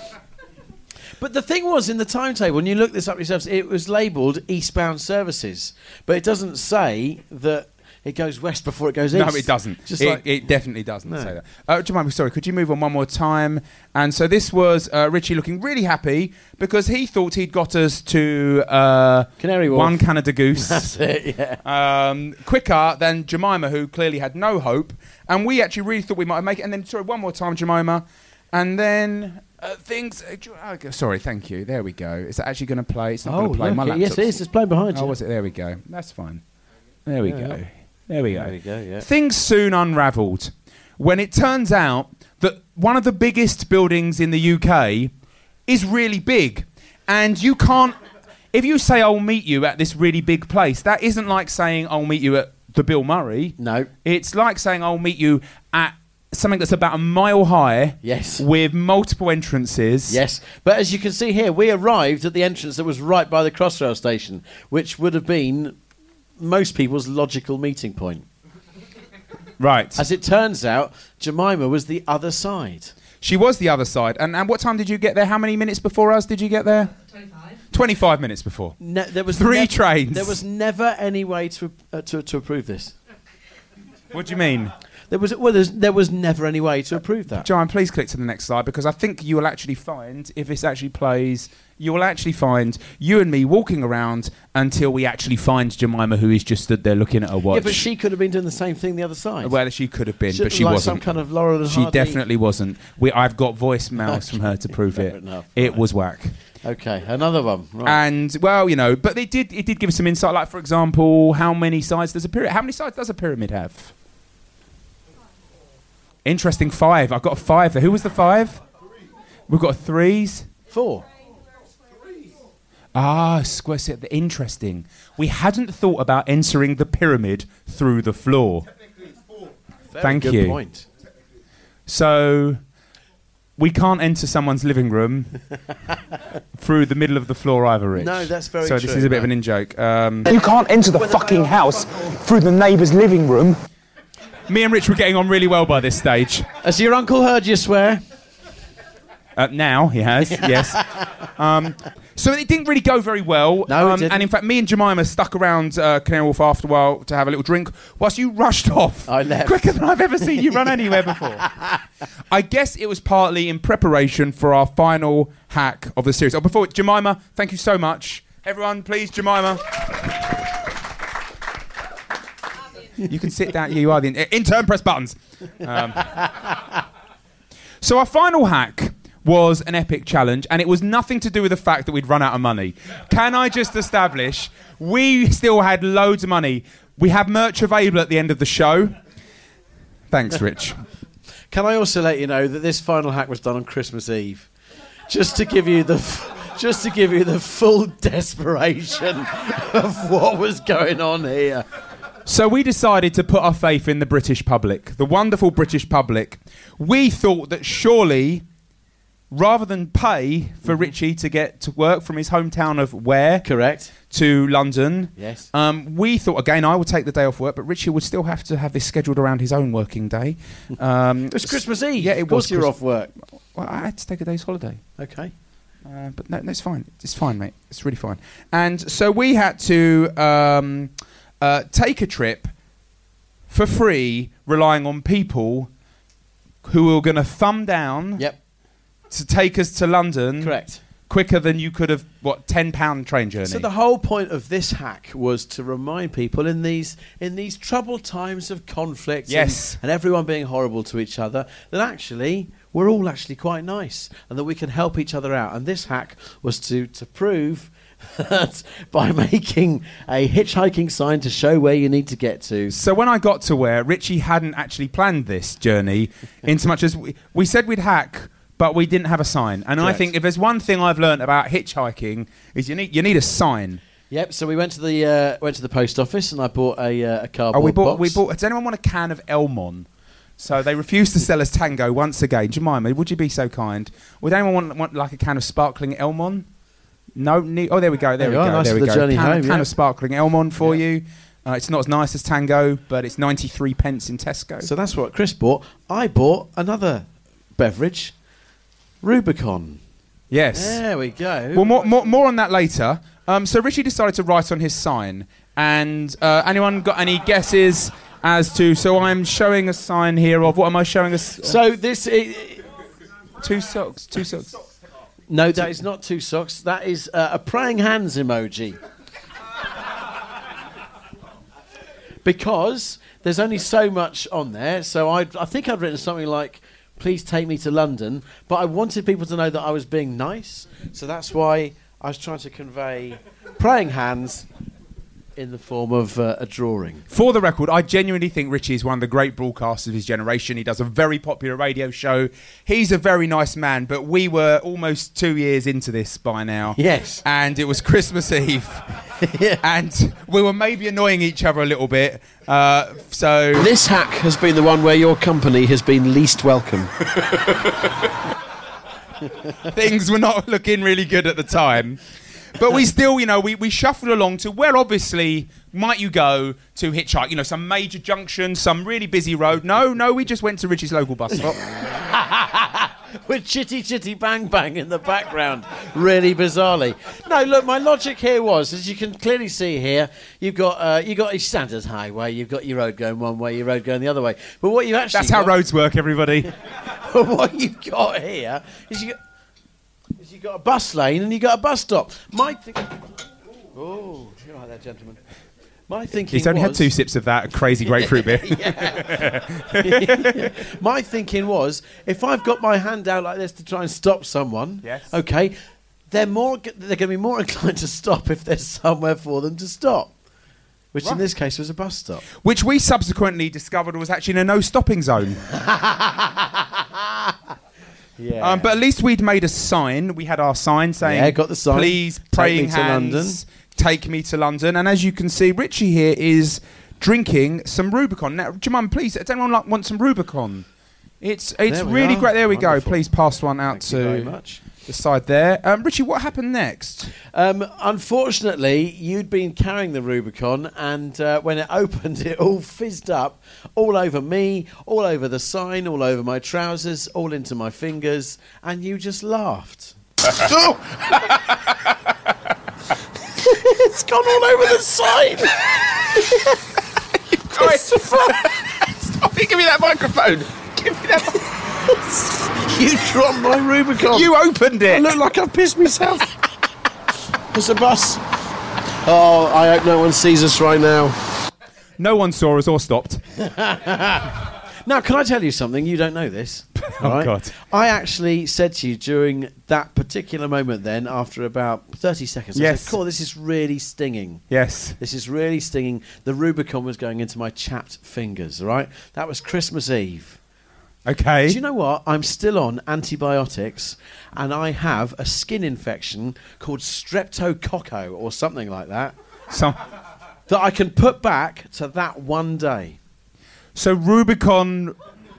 Speaker 3: But the thing was, in the timetable, and you look this up yourselves, it was labelled eastbound services. But it doesn't say that it goes west before it goes east.
Speaker 5: No, it doesn't.
Speaker 3: Just
Speaker 5: it,
Speaker 3: like,
Speaker 5: it definitely doesn't
Speaker 3: No.
Speaker 5: say that. Uh, do you mind me? Sorry, could you move on one more time? And so this was uh, Richie looking really happy because he thought he'd got us to uh,
Speaker 3: Canary Wharf.
Speaker 5: one Canada goose
Speaker 3: yeah.
Speaker 5: um, quicker than Jemima, who clearly had no hope. And we actually really thought we might make it. And then, sorry, one more time, Jemima. And then uh, things. Uh, Ju- oh, go- sorry, thank you. There we go. Is that actually going to play? It's not
Speaker 3: Oh,
Speaker 5: going to play.
Speaker 3: look,
Speaker 5: My laptop's
Speaker 3: yes, it is. It's playing behind you.
Speaker 5: Oh, was it? There we go. That's fine. There we go. There we go.
Speaker 3: There we go, yeah.
Speaker 5: Things soon unravelled when it turns out that one of the biggest buildings in the UK is really big, and you can't. If you say I'll meet you at this really big place, that isn't like saying I'll meet you at the Bill Murray.
Speaker 3: No.
Speaker 5: it's like saying I'll meet you at something that's about a mile high.
Speaker 3: Yes.
Speaker 5: with multiple entrances.
Speaker 3: Yes, but as you can see here, we arrived at the entrance that was right by the Crossrail station, which would have been most people's logical meeting point.
Speaker 5: right.
Speaker 3: As it turns out, Jemima was the other side.
Speaker 5: She was the other side. And, and what time did you get there? How many minutes before us did you get there?
Speaker 7: 25.
Speaker 5: 25 minutes before.
Speaker 3: Ne- there was
Speaker 5: Three
Speaker 3: nev-
Speaker 5: trains.
Speaker 3: There was never any way to, uh, to to approve this.
Speaker 5: What do you mean?
Speaker 3: There was well, there's, there was never any way to approve that.
Speaker 5: John, please click to the next slide because I think you will actually find, if this actually plays, you will actually find you and me walking around until we actually find Jemima, who is just stood there looking at her watch.
Speaker 3: Yeah, but she could have been doing the same thing the other side.
Speaker 5: Well, she could have been,
Speaker 3: She-
Speaker 5: but she
Speaker 3: like
Speaker 5: wasn't.
Speaker 3: some kind of Laurel and
Speaker 5: she
Speaker 3: Hardy.
Speaker 5: definitely wasn't. We, I've got voicemails from her to prove
Speaker 3: fair
Speaker 5: it.
Speaker 3: enough.
Speaker 5: It was whack.
Speaker 3: okay, another one. Right.
Speaker 5: And well, you know, but they did. It did give us some insight. Like, for example, how many sides does a pyramid? How many sides does a pyramid have? Interesting. Five. I've got a five there. Who was the five? We've got threes.
Speaker 3: Four.
Speaker 5: Ah, square set. The interesting. We hadn't thought about entering the pyramid through the floor.
Speaker 3: Very
Speaker 5: Thank
Speaker 3: good
Speaker 5: you.
Speaker 3: Point.
Speaker 5: So we can't enter someone's living room through the middle of the floor either, Rich.
Speaker 3: No, that's very
Speaker 5: So this
Speaker 3: true,
Speaker 5: is a bit of
Speaker 3: no.
Speaker 5: an in joke. Um,
Speaker 9: You can't enter the fucking house through the neighbour's living room.
Speaker 5: me and Rich were getting on really well by this stage.
Speaker 3: Has your uncle heard you swear?
Speaker 5: Uh, now he has, yes. Um, so it didn't really go very well.
Speaker 3: No, it
Speaker 5: um,
Speaker 3: didn't.
Speaker 5: And in fact, me and Jemima stuck around uh, Canary Wharf after a while to have a little drink, whilst you rushed off.
Speaker 3: I left.
Speaker 5: quicker than I've ever seen you run anywhere before. I guess it was partly in preparation for our final hack of the series. Oh, before Jemima, thank you so much, everyone. Please, Jemima. You can sit down. You are the in- intern. Press buttons. Um, So our final hack was an epic challenge, and it was nothing to do with the fact that we'd run out of money. Can I just establish we still had loads of money? We have merch available at the end of the show. Thanks, Rich.
Speaker 3: Can I also let you know that this final hack was done on Christmas Eve, just to give you the. F- just to give you the full desperation of what was going on here.
Speaker 5: So we decided to put our faith in the British public, the wonderful British public. We thought that surely, rather than pay for
Speaker 3: Mm-hmm.
Speaker 5: Richie to get to work from his hometown of where?
Speaker 3: Correct.
Speaker 5: to London.
Speaker 3: Yes.
Speaker 5: Um, we thought again. I would take the day off work, but Richie would still have to have this scheduled around his own working day. Um,
Speaker 3: It was Christmas Eve.
Speaker 5: Yeah, it
Speaker 3: of course
Speaker 5: was
Speaker 3: you're
Speaker 5: Christ-
Speaker 3: off work.
Speaker 5: Well, I had to take a day's holiday,
Speaker 3: Okay.
Speaker 5: uh, but no, no, it's fine. It's fine, mate. It's really fine. And so we had to um, uh, take a trip for free, relying on people who were going to thumb down
Speaker 3: Yep.
Speaker 5: to take us to London.
Speaker 3: Correct.
Speaker 5: Quicker than you could have, what, £10 train journey?
Speaker 3: So the whole point of this hack was to remind people in these in these troubled times of conflict and-
Speaker 5: Yes.
Speaker 3: and, everyone being horrible to each other that actually we're all actually quite nice and that we can help each other out. And this hack was to to prove that by making a hitchhiking sign to show where you need to get to.
Speaker 5: So when I got to where Richie hadn't actually planned this journey, in so much as we, we said we'd hack, but we didn't have a sign. And I
Speaker 3: Correct.
Speaker 5: think if there's one thing I've learned about hitchhiking is you need you need a sign.
Speaker 3: Yep. So we went to the uh, went to the post office and I bought a, uh, a cardboard
Speaker 5: Oh, we bought
Speaker 3: box.
Speaker 5: we bought. Does anyone want a can of Elmon? So they refused to sell us Tango once again. Jemima, would you be so kind? Would anyone want, want like a can of sparkling Elmon? No. Ne- oh, there we go.
Speaker 3: There
Speaker 5: There, we
Speaker 3: you are,
Speaker 5: go.
Speaker 3: nice
Speaker 5: there
Speaker 3: for
Speaker 5: we
Speaker 3: the
Speaker 5: go.
Speaker 3: journey
Speaker 5: can,
Speaker 3: home,
Speaker 5: can
Speaker 3: yeah.
Speaker 5: of sparkling Elmon for you. Uh, it's not as nice as Tango, but it's 93 pence in Tesco.
Speaker 3: So that's what Chris bought. I bought another beverage, Rubicon.
Speaker 5: yes.
Speaker 3: There we go.
Speaker 5: Well, more, more, more on that later. Um, so Richie decided to write on his sign, and uh, anyone got any guesses as to? So I'm showing a sign here of what am I showing us?
Speaker 3: so this i
Speaker 5: two socks, two socks.
Speaker 3: no, that is not two socks. That is uh, a praying hands emoji. because there's only so much on there. So I, I think I'd written something like, "Please take me to London," but I wanted people to know that I was being nice. So that's why I was trying to convey praying hands in the form of uh, a drawing.
Speaker 5: For the record, I genuinely think Richie is one of the great broadcasters of his generation. He does a very popular radio show. He's a very nice man, but we were almost two years into this by now.
Speaker 3: Yes.
Speaker 5: And it was Christmas Eve. And we were maybe annoying each other a little bit. Uh, so.
Speaker 3: This hack has been the one where your company has been least welcome.
Speaker 5: things were not looking really good at the time. But we still, you know, we, we shuffled along to where obviously might you go to hitchhike? You know, some major junction, some really busy road. No, no, we just went to Richie's local bus stop.
Speaker 3: with chitty chitty bang bang in the background, really bizarrely. No, look, my logic here was, as you can clearly see here, you've got uh, you got a standard highway, you've got your road going one way, your road going the other way. But what you actually
Speaker 5: That's how
Speaker 3: got-
Speaker 5: roads work, everybody.
Speaker 3: But what you've got here is you got, is you got a bus lane and you got a bus stop. My thi- oh, you're right there, gentlemen. My thinking
Speaker 5: He's only had
Speaker 3: was-
Speaker 5: two sips of that crazy grapefruit beer.
Speaker 3: My thinking was, if I've got my hand out like this to try and stop someone,
Speaker 5: Yes.
Speaker 3: okay, they're more they're going to be more inclined to stop if there's somewhere for them to stop, which in this case was a bus stop.
Speaker 5: Which we subsequently discovered was actually in a no stopping zone.
Speaker 3: Yeah.
Speaker 5: Um, but at least we'd made a sign. We had our sign saying,
Speaker 3: Yeah, got the sign.
Speaker 5: Please,
Speaker 3: Take
Speaker 5: praying
Speaker 3: me to
Speaker 5: hands,
Speaker 3: London."
Speaker 5: take me to London. And as you can see, Richie here is drinking some Rubicon. Now, Jemima, please, does anyone like, want some Rubicon? It's it's
Speaker 3: There we
Speaker 5: really
Speaker 3: are.
Speaker 5: great. There we go.
Speaker 3: Wonderful.
Speaker 5: Please pass one out
Speaker 3: Thank
Speaker 5: to
Speaker 3: you very much.
Speaker 5: the side there. Um, Richie, what happened next?
Speaker 3: Um, unfortunately, you'd been carrying the Rubicon, and uh, when it opened, it all fizzed up all over me, all over the sign, all over my trousers, all into my fingers, and you just laughed. it's gone all over the sign.
Speaker 5: Stop it! Give me that microphone. Give me that.
Speaker 3: You dropped my Rubicon.
Speaker 5: you opened
Speaker 3: I
Speaker 5: it.
Speaker 3: look like I've pissed myself. There's a bus. Oh, I hope no one sees us right now.
Speaker 5: No one saw us or stopped.
Speaker 3: Now, can I tell you something? You don't know this.
Speaker 5: Oh,
Speaker 3: right?
Speaker 5: God.
Speaker 3: I actually said to you during that particular moment, then, after about 30 seconds, I
Speaker 5: Yes.
Speaker 3: said, Cool, this is really stinging.
Speaker 5: Yes.
Speaker 3: This is really stinging. The Rubicon was going into my chapped fingers, all right? That was Christmas Eve.
Speaker 5: Okay.
Speaker 3: Do you know what? I'm still on antibiotics and I have a skin infection called streptococco or something like that
Speaker 5: Some-
Speaker 3: that I can put back to that one day.
Speaker 5: So Rubicon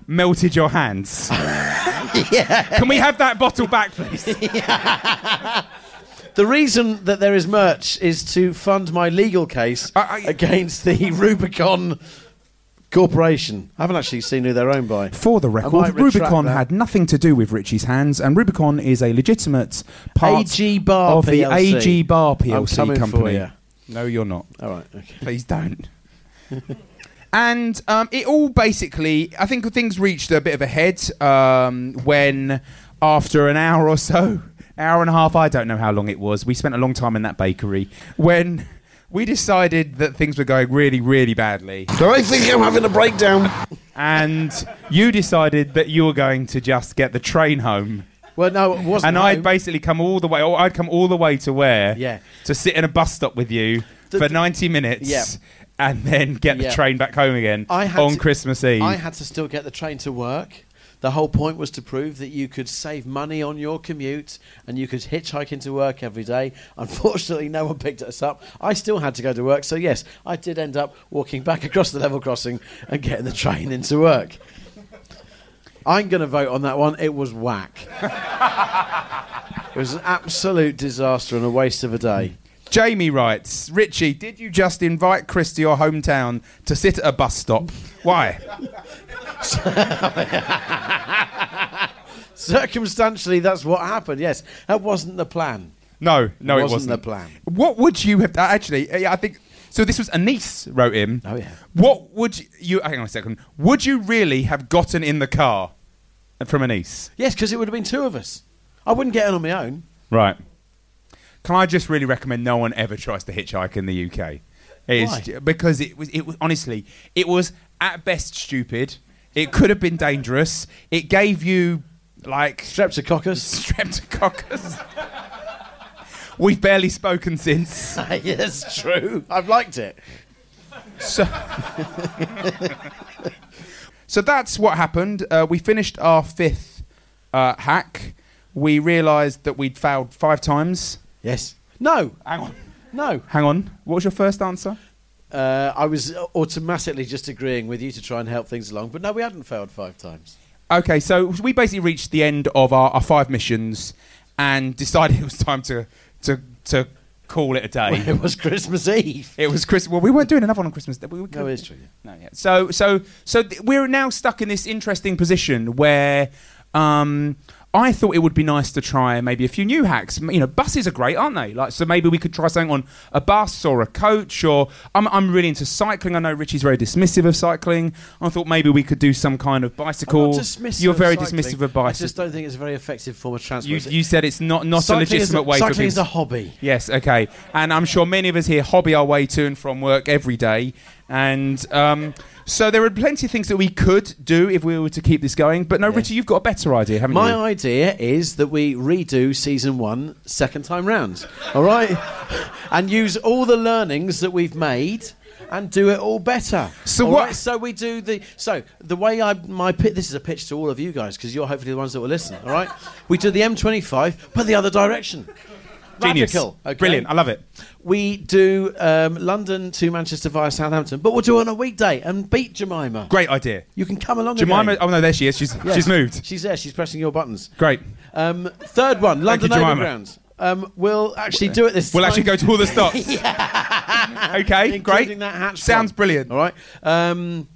Speaker 5: melted your hands. Can we have that bottle back, please?
Speaker 3: The reason that there is merch is to fund my legal case
Speaker 5: I- I-
Speaker 3: against the Rubicon Corporation. I haven't actually seen who they're owned by.
Speaker 5: For the
Speaker 3: I
Speaker 5: record,
Speaker 3: might retract
Speaker 5: Rubicon
Speaker 3: that.
Speaker 5: had nothing to do with Richie's hands, and Rubicon is a legitimate part
Speaker 3: AG Bar
Speaker 5: of the
Speaker 3: PLC.
Speaker 5: AG Bar PLC
Speaker 3: I'm coming for
Speaker 5: company.
Speaker 3: ya.
Speaker 5: No, you're not.
Speaker 3: All right. Okay.
Speaker 5: Please don't. and um, it all basically, I think things reached a bit of a head um, when, after an hour or so, hour and a half, I don't know how long it was, we spent a long time in that bakery, when we decided that things were going really, really badly.
Speaker 3: I think I'm having a breakdown.
Speaker 5: And you decided that you were going to just get the train home.
Speaker 3: Well, no, it wasn't.
Speaker 5: And I'd
Speaker 3: home.
Speaker 5: basically come all the way, or I'd come all the way to where?
Speaker 3: Yeah.
Speaker 5: To sit in a bus stop with you
Speaker 3: The-
Speaker 5: for 90 minutes
Speaker 3: Yeah.
Speaker 5: and then get the
Speaker 3: Yeah.
Speaker 5: train back home again on
Speaker 3: to-
Speaker 5: Christmas Eve.
Speaker 3: I had to still get the train to work. The whole point was to prove that you could save money on your commute and you could hitchhike into work every day. Unfortunately, no one picked us up. I still had to go to work, so yes, I did end up walking back across the level crossing and getting the train into work. I'm going to vote on that one. It was whack. it was an absolute disaster and a waste of a day.
Speaker 5: Jamie writes, Richie, did you just invite Chris to your hometown to sit at a bus stop? Why?
Speaker 3: Circumstantially, that's what happened. Yes, that wasn't the plan.
Speaker 5: No, no, it
Speaker 3: Wasn't
Speaker 5: wasn't.
Speaker 3: the plan.
Speaker 5: What would you have actually? uh, yeah, I think so. This was Anise wrote him.
Speaker 3: Oh, yeah.
Speaker 5: What would you- you? Hang on a second. Would you really have gotten in the car from Anise?
Speaker 3: Yes, because it would have been two of us. I wouldn't get in on my own.
Speaker 5: Right. Can I just really recommend no one ever tries to hitchhike in the UK? It is
Speaker 3: Why?
Speaker 5: because it was it was honestly it was at best stupid. It could have been dangerous. It gave you like
Speaker 3: Streptococcus.
Speaker 5: streptococcus. We've barely spoken since.
Speaker 3: yes, true. I've liked it.
Speaker 5: So, so that's what happened. Uh, we finished our fifth uh, hack. We realised that we'd failed five times.
Speaker 3: Yes. No.
Speaker 5: Hang on.
Speaker 3: No.
Speaker 5: Hang on. What was your first answer?
Speaker 3: Uh, I was automatically just agreeing with you to try and help things along, but no, we hadn't failed five times.
Speaker 5: Okay, so we basically reached the end of our, our five missions and decided it was time to to to call it a day.
Speaker 3: It was Christmas Eve.
Speaker 5: it was Christmas. Well, we weren't doing another one on Christmas Day. We were
Speaker 3: No, it's true.
Speaker 5: no, yeah. So, so, so th- we're now stuck in this interesting position where um, I thought it would be nice to try maybe a few new hacks. M- You know, buses are great, aren't they? Like, so maybe we could try something on a bus or a coach. Or I'm, I'm really into cycling. I know Richie's very dismissive of cycling. I thought maybe we could do some kind of bicycle.
Speaker 3: I'm not dismissive
Speaker 5: You're
Speaker 3: of
Speaker 5: very
Speaker 3: cycling.
Speaker 5: dismissive of
Speaker 3: I just
Speaker 5: bicycle.
Speaker 3: don't think it's a very effective form of
Speaker 5: You,
Speaker 3: transport.
Speaker 5: you said it's not not a
Speaker 3: Cycling is
Speaker 5: legitimate way.
Speaker 3: Cycling
Speaker 5: for people
Speaker 3: is a hobby.
Speaker 5: Yes, okay. And I'm sure many of us here hobby our way to and from work every day. And um, so there are plenty of things that we could do if we were to keep this going. But no, Richie, you've got a better idea, haven't
Speaker 3: My
Speaker 5: you?
Speaker 3: idea is that we redo season one second time round, all right? and use all the learnings that we've made and do it all better.
Speaker 5: So
Speaker 3: all
Speaker 5: what-
Speaker 3: So we do the so the way I my pi- this is a pitch to all of you guys because you're hopefully the ones that will listen, all right? We do the M25 but the other direction.
Speaker 5: Genius.
Speaker 3: Radical, okay?
Speaker 5: Brilliant. I love it.
Speaker 3: We do um, London to Manchester via Southampton, but we'll do it on a weekday and beat Jemima.
Speaker 5: Great idea.
Speaker 3: You can come along.
Speaker 5: Jemima,
Speaker 3: again.
Speaker 5: oh no, there she is. She's,
Speaker 3: Yes.
Speaker 5: she's moved.
Speaker 3: She's there. She's pressing your buttons.
Speaker 5: Great.
Speaker 3: Um, third one, London
Speaker 5: you, Jemima.
Speaker 3: Overground. Um, we'll actually do it this
Speaker 5: We'll
Speaker 3: time.
Speaker 5: actually go to all the stops. Okay,
Speaker 3: including
Speaker 5: great.
Speaker 3: that hatch.
Speaker 5: Sounds
Speaker 3: one.
Speaker 5: brilliant.
Speaker 3: All right. Um,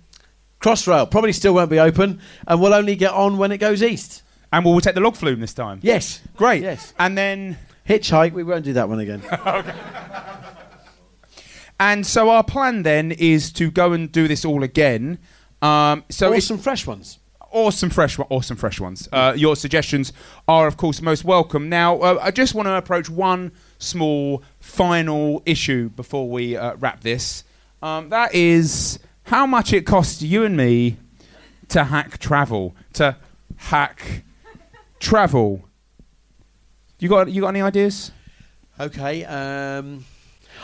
Speaker 3: Crossrail probably still won't be open, and we'll only get on when it goes east.
Speaker 5: And we'll, we'll take the log flume this time.
Speaker 3: Yes.
Speaker 5: Great.
Speaker 3: Yes.
Speaker 5: And then.
Speaker 3: Hitchhike. We won't do that one again.
Speaker 5: And so our plan then is to go and do this all again. Um, so
Speaker 3: or
Speaker 5: it's-
Speaker 3: some fresh ones.
Speaker 5: or some fresh one, or some fresh ones. Uh, your suggestions are, of course, most welcome. Now, uh, I just want to approach one small final issue before we uh, wrap this. Um, that is how much it costs you and me to hack travel. To hack travel. You got you got any ideas?
Speaker 3: Okay. Um,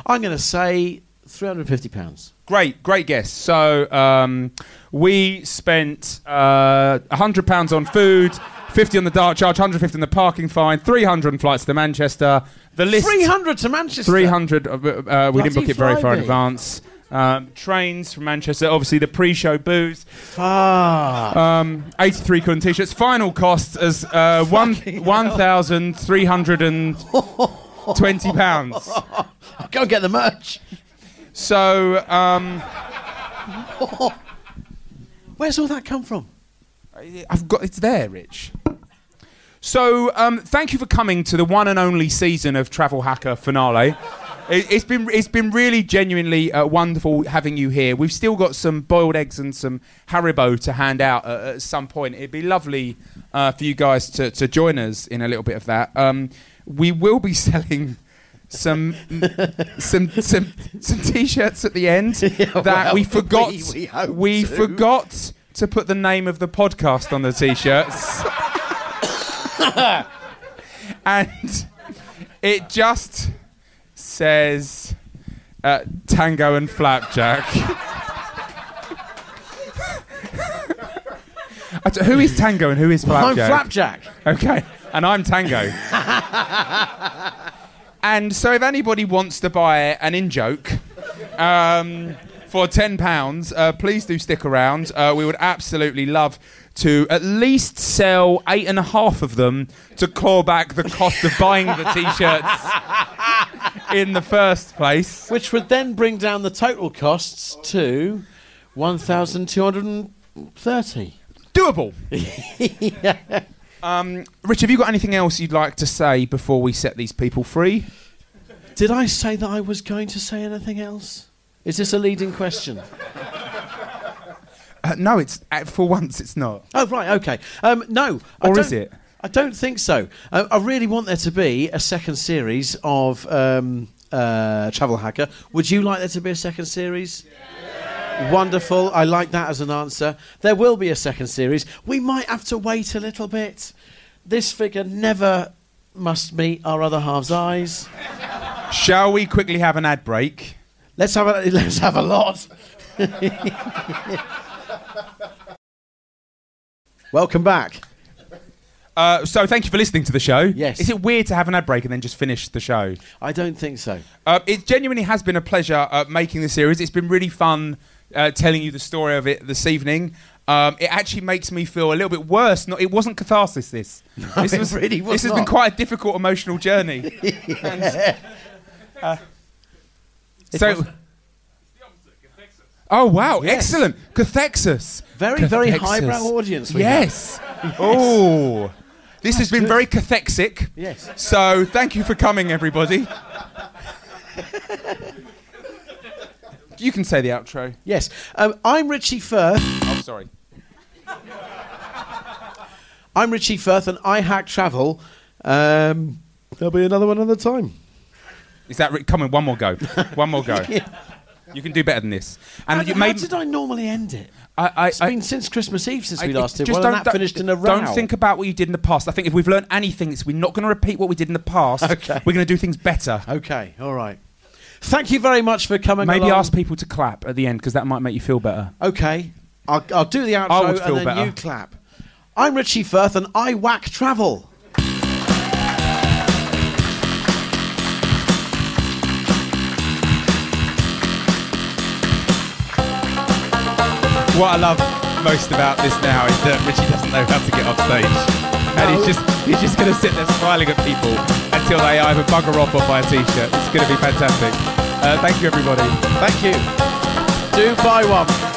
Speaker 3: I'm going to say three hundred fifty pounds.
Speaker 5: Great, great guess. So um, we spent uh, hundred pounds on food, fifty on the dart charge, hundred fifty on the parking fine, three hundred on flights to Manchester. The list
Speaker 3: Three hundred to Manchester.
Speaker 5: three hundred. Uh, uh, we
Speaker 3: Bloody
Speaker 5: didn't book it very far in
Speaker 3: Friday.
Speaker 5: advance. Um, trains from Manchester, obviously the pre-show booze,
Speaker 3: Ah.
Speaker 5: um, eighty-three quid on t-shirts. Final cost is uh, one one thousand three hundred and twenty pounds. Uh,
Speaker 3: Go get the merch.
Speaker 5: So. Um,
Speaker 3: Where's all that come from?
Speaker 5: I've got it's there, Rich. So um, thank you for coming to the one and only season of Travel Hacker finale. It, it's been it's been really genuinely uh, wonderful having you here. We've still got some boiled eggs and some Haribo to hand out at, at some point. It'd be lovely uh, for you guys to, to join us in a little bit of that. Um, we will be selling some some some some t-shirts at the end that
Speaker 3: well,
Speaker 5: we forgot
Speaker 3: we- we hope
Speaker 5: we
Speaker 3: to.
Speaker 5: forgot to put the name of the podcast on the t-shirts. and it just says uh, tango and flapjack. I d- who is tango and who is
Speaker 3: I'm
Speaker 5: flapjack?
Speaker 3: flapjack.
Speaker 5: Okay, and I'm Tango. and so, if anybody wants to buy an in joke um, for ten pounds. Uh, please do stick around. Uh, we would absolutely love to at least sell eight and a half of them to claw back the cost of buying the t-shirts in the first place,
Speaker 3: which would then bring down the total costs to one thousand two hundred and thirty.
Speaker 5: Doable. um, Rich, have you got anything else you'd like to say before we set these people free?
Speaker 3: Did I say that I was going to say anything else? Is this a leading question?
Speaker 5: Uh, no, it's uh, for once it's not.
Speaker 3: Oh right, okay. Um, no, I
Speaker 5: Or is
Speaker 3: don't-
Speaker 5: it?
Speaker 3: I don't think so. Uh, I, I really want there to be a second series of um, uh, Travel Hacker. Would you like there to be a second series? Wonderful. I like that as an answer. There will be a second series. We might have to wait a little bit. This figure never must meet our other half's eyes.
Speaker 5: Shall we quickly have an ad break?
Speaker 3: Let's have a let's have a lot. Welcome back.
Speaker 5: Uh, so thank you for listening to the show.
Speaker 3: Yes.
Speaker 5: Is it weird to have an ad break and then just finish the show?
Speaker 3: I don't think so.
Speaker 5: Uh, it genuinely has been a pleasure uh, making the series. It's been really fun uh, telling you the story of it this evening. Um, it actually makes me feel a little bit worse. Not, it wasn't catharsis. This. this
Speaker 3: it really was
Speaker 5: This has
Speaker 3: not.
Speaker 5: been quite a difficult emotional journey. And, uh, so. Oh wow!
Speaker 3: Yes.
Speaker 5: Excellent. Cathexis.
Speaker 3: Very, very
Speaker 5: Cathexis.
Speaker 3: highbrow audience we have.
Speaker 5: yes. Oh. This has been very cathexic.
Speaker 3: Yes.
Speaker 5: So thank you for coming, everybody. you can say the outro.
Speaker 3: Yes. Um, I'm Richie Firth.
Speaker 5: Oh, sorry.
Speaker 3: I'm Richie Firth and I hack travel. Um, there'll be another one another time.
Speaker 5: Is that re- coming? One more go. One more go. You can do better than this.
Speaker 3: And
Speaker 5: And
Speaker 3: how,
Speaker 5: you made.
Speaker 3: how did I normally end it?
Speaker 5: I, I,
Speaker 3: It's been since Christmas Eve since
Speaker 5: I-
Speaker 3: we last did
Speaker 5: just
Speaker 3: one,
Speaker 5: don't-
Speaker 3: and that
Speaker 5: don't-
Speaker 3: finished in a row.
Speaker 5: Don't think about what you did in the past. I think if we've learned anything, it's we're not going to repeat what we did in the past.
Speaker 3: Okay.
Speaker 5: We're going to do things better.
Speaker 3: Okay, all right. Thank you very much for coming.
Speaker 5: Maybe
Speaker 3: along.
Speaker 5: ask people to clap at the end because that might make you feel better.
Speaker 3: Okay, I'll, I'll do the outro
Speaker 5: I would
Speaker 3: and
Speaker 5: feel
Speaker 3: then
Speaker 5: better.
Speaker 3: you clap. I'm Richie Firth and I whack travel.
Speaker 5: What I love most about this now is that Richie doesn't know how to get off stage. And he's just he's just gonna sit there smiling at people until they either bugger off or buy a t-shirt. It's gonna be fantastic. Uh, thank you everybody.
Speaker 3: Thank you. Do buy one.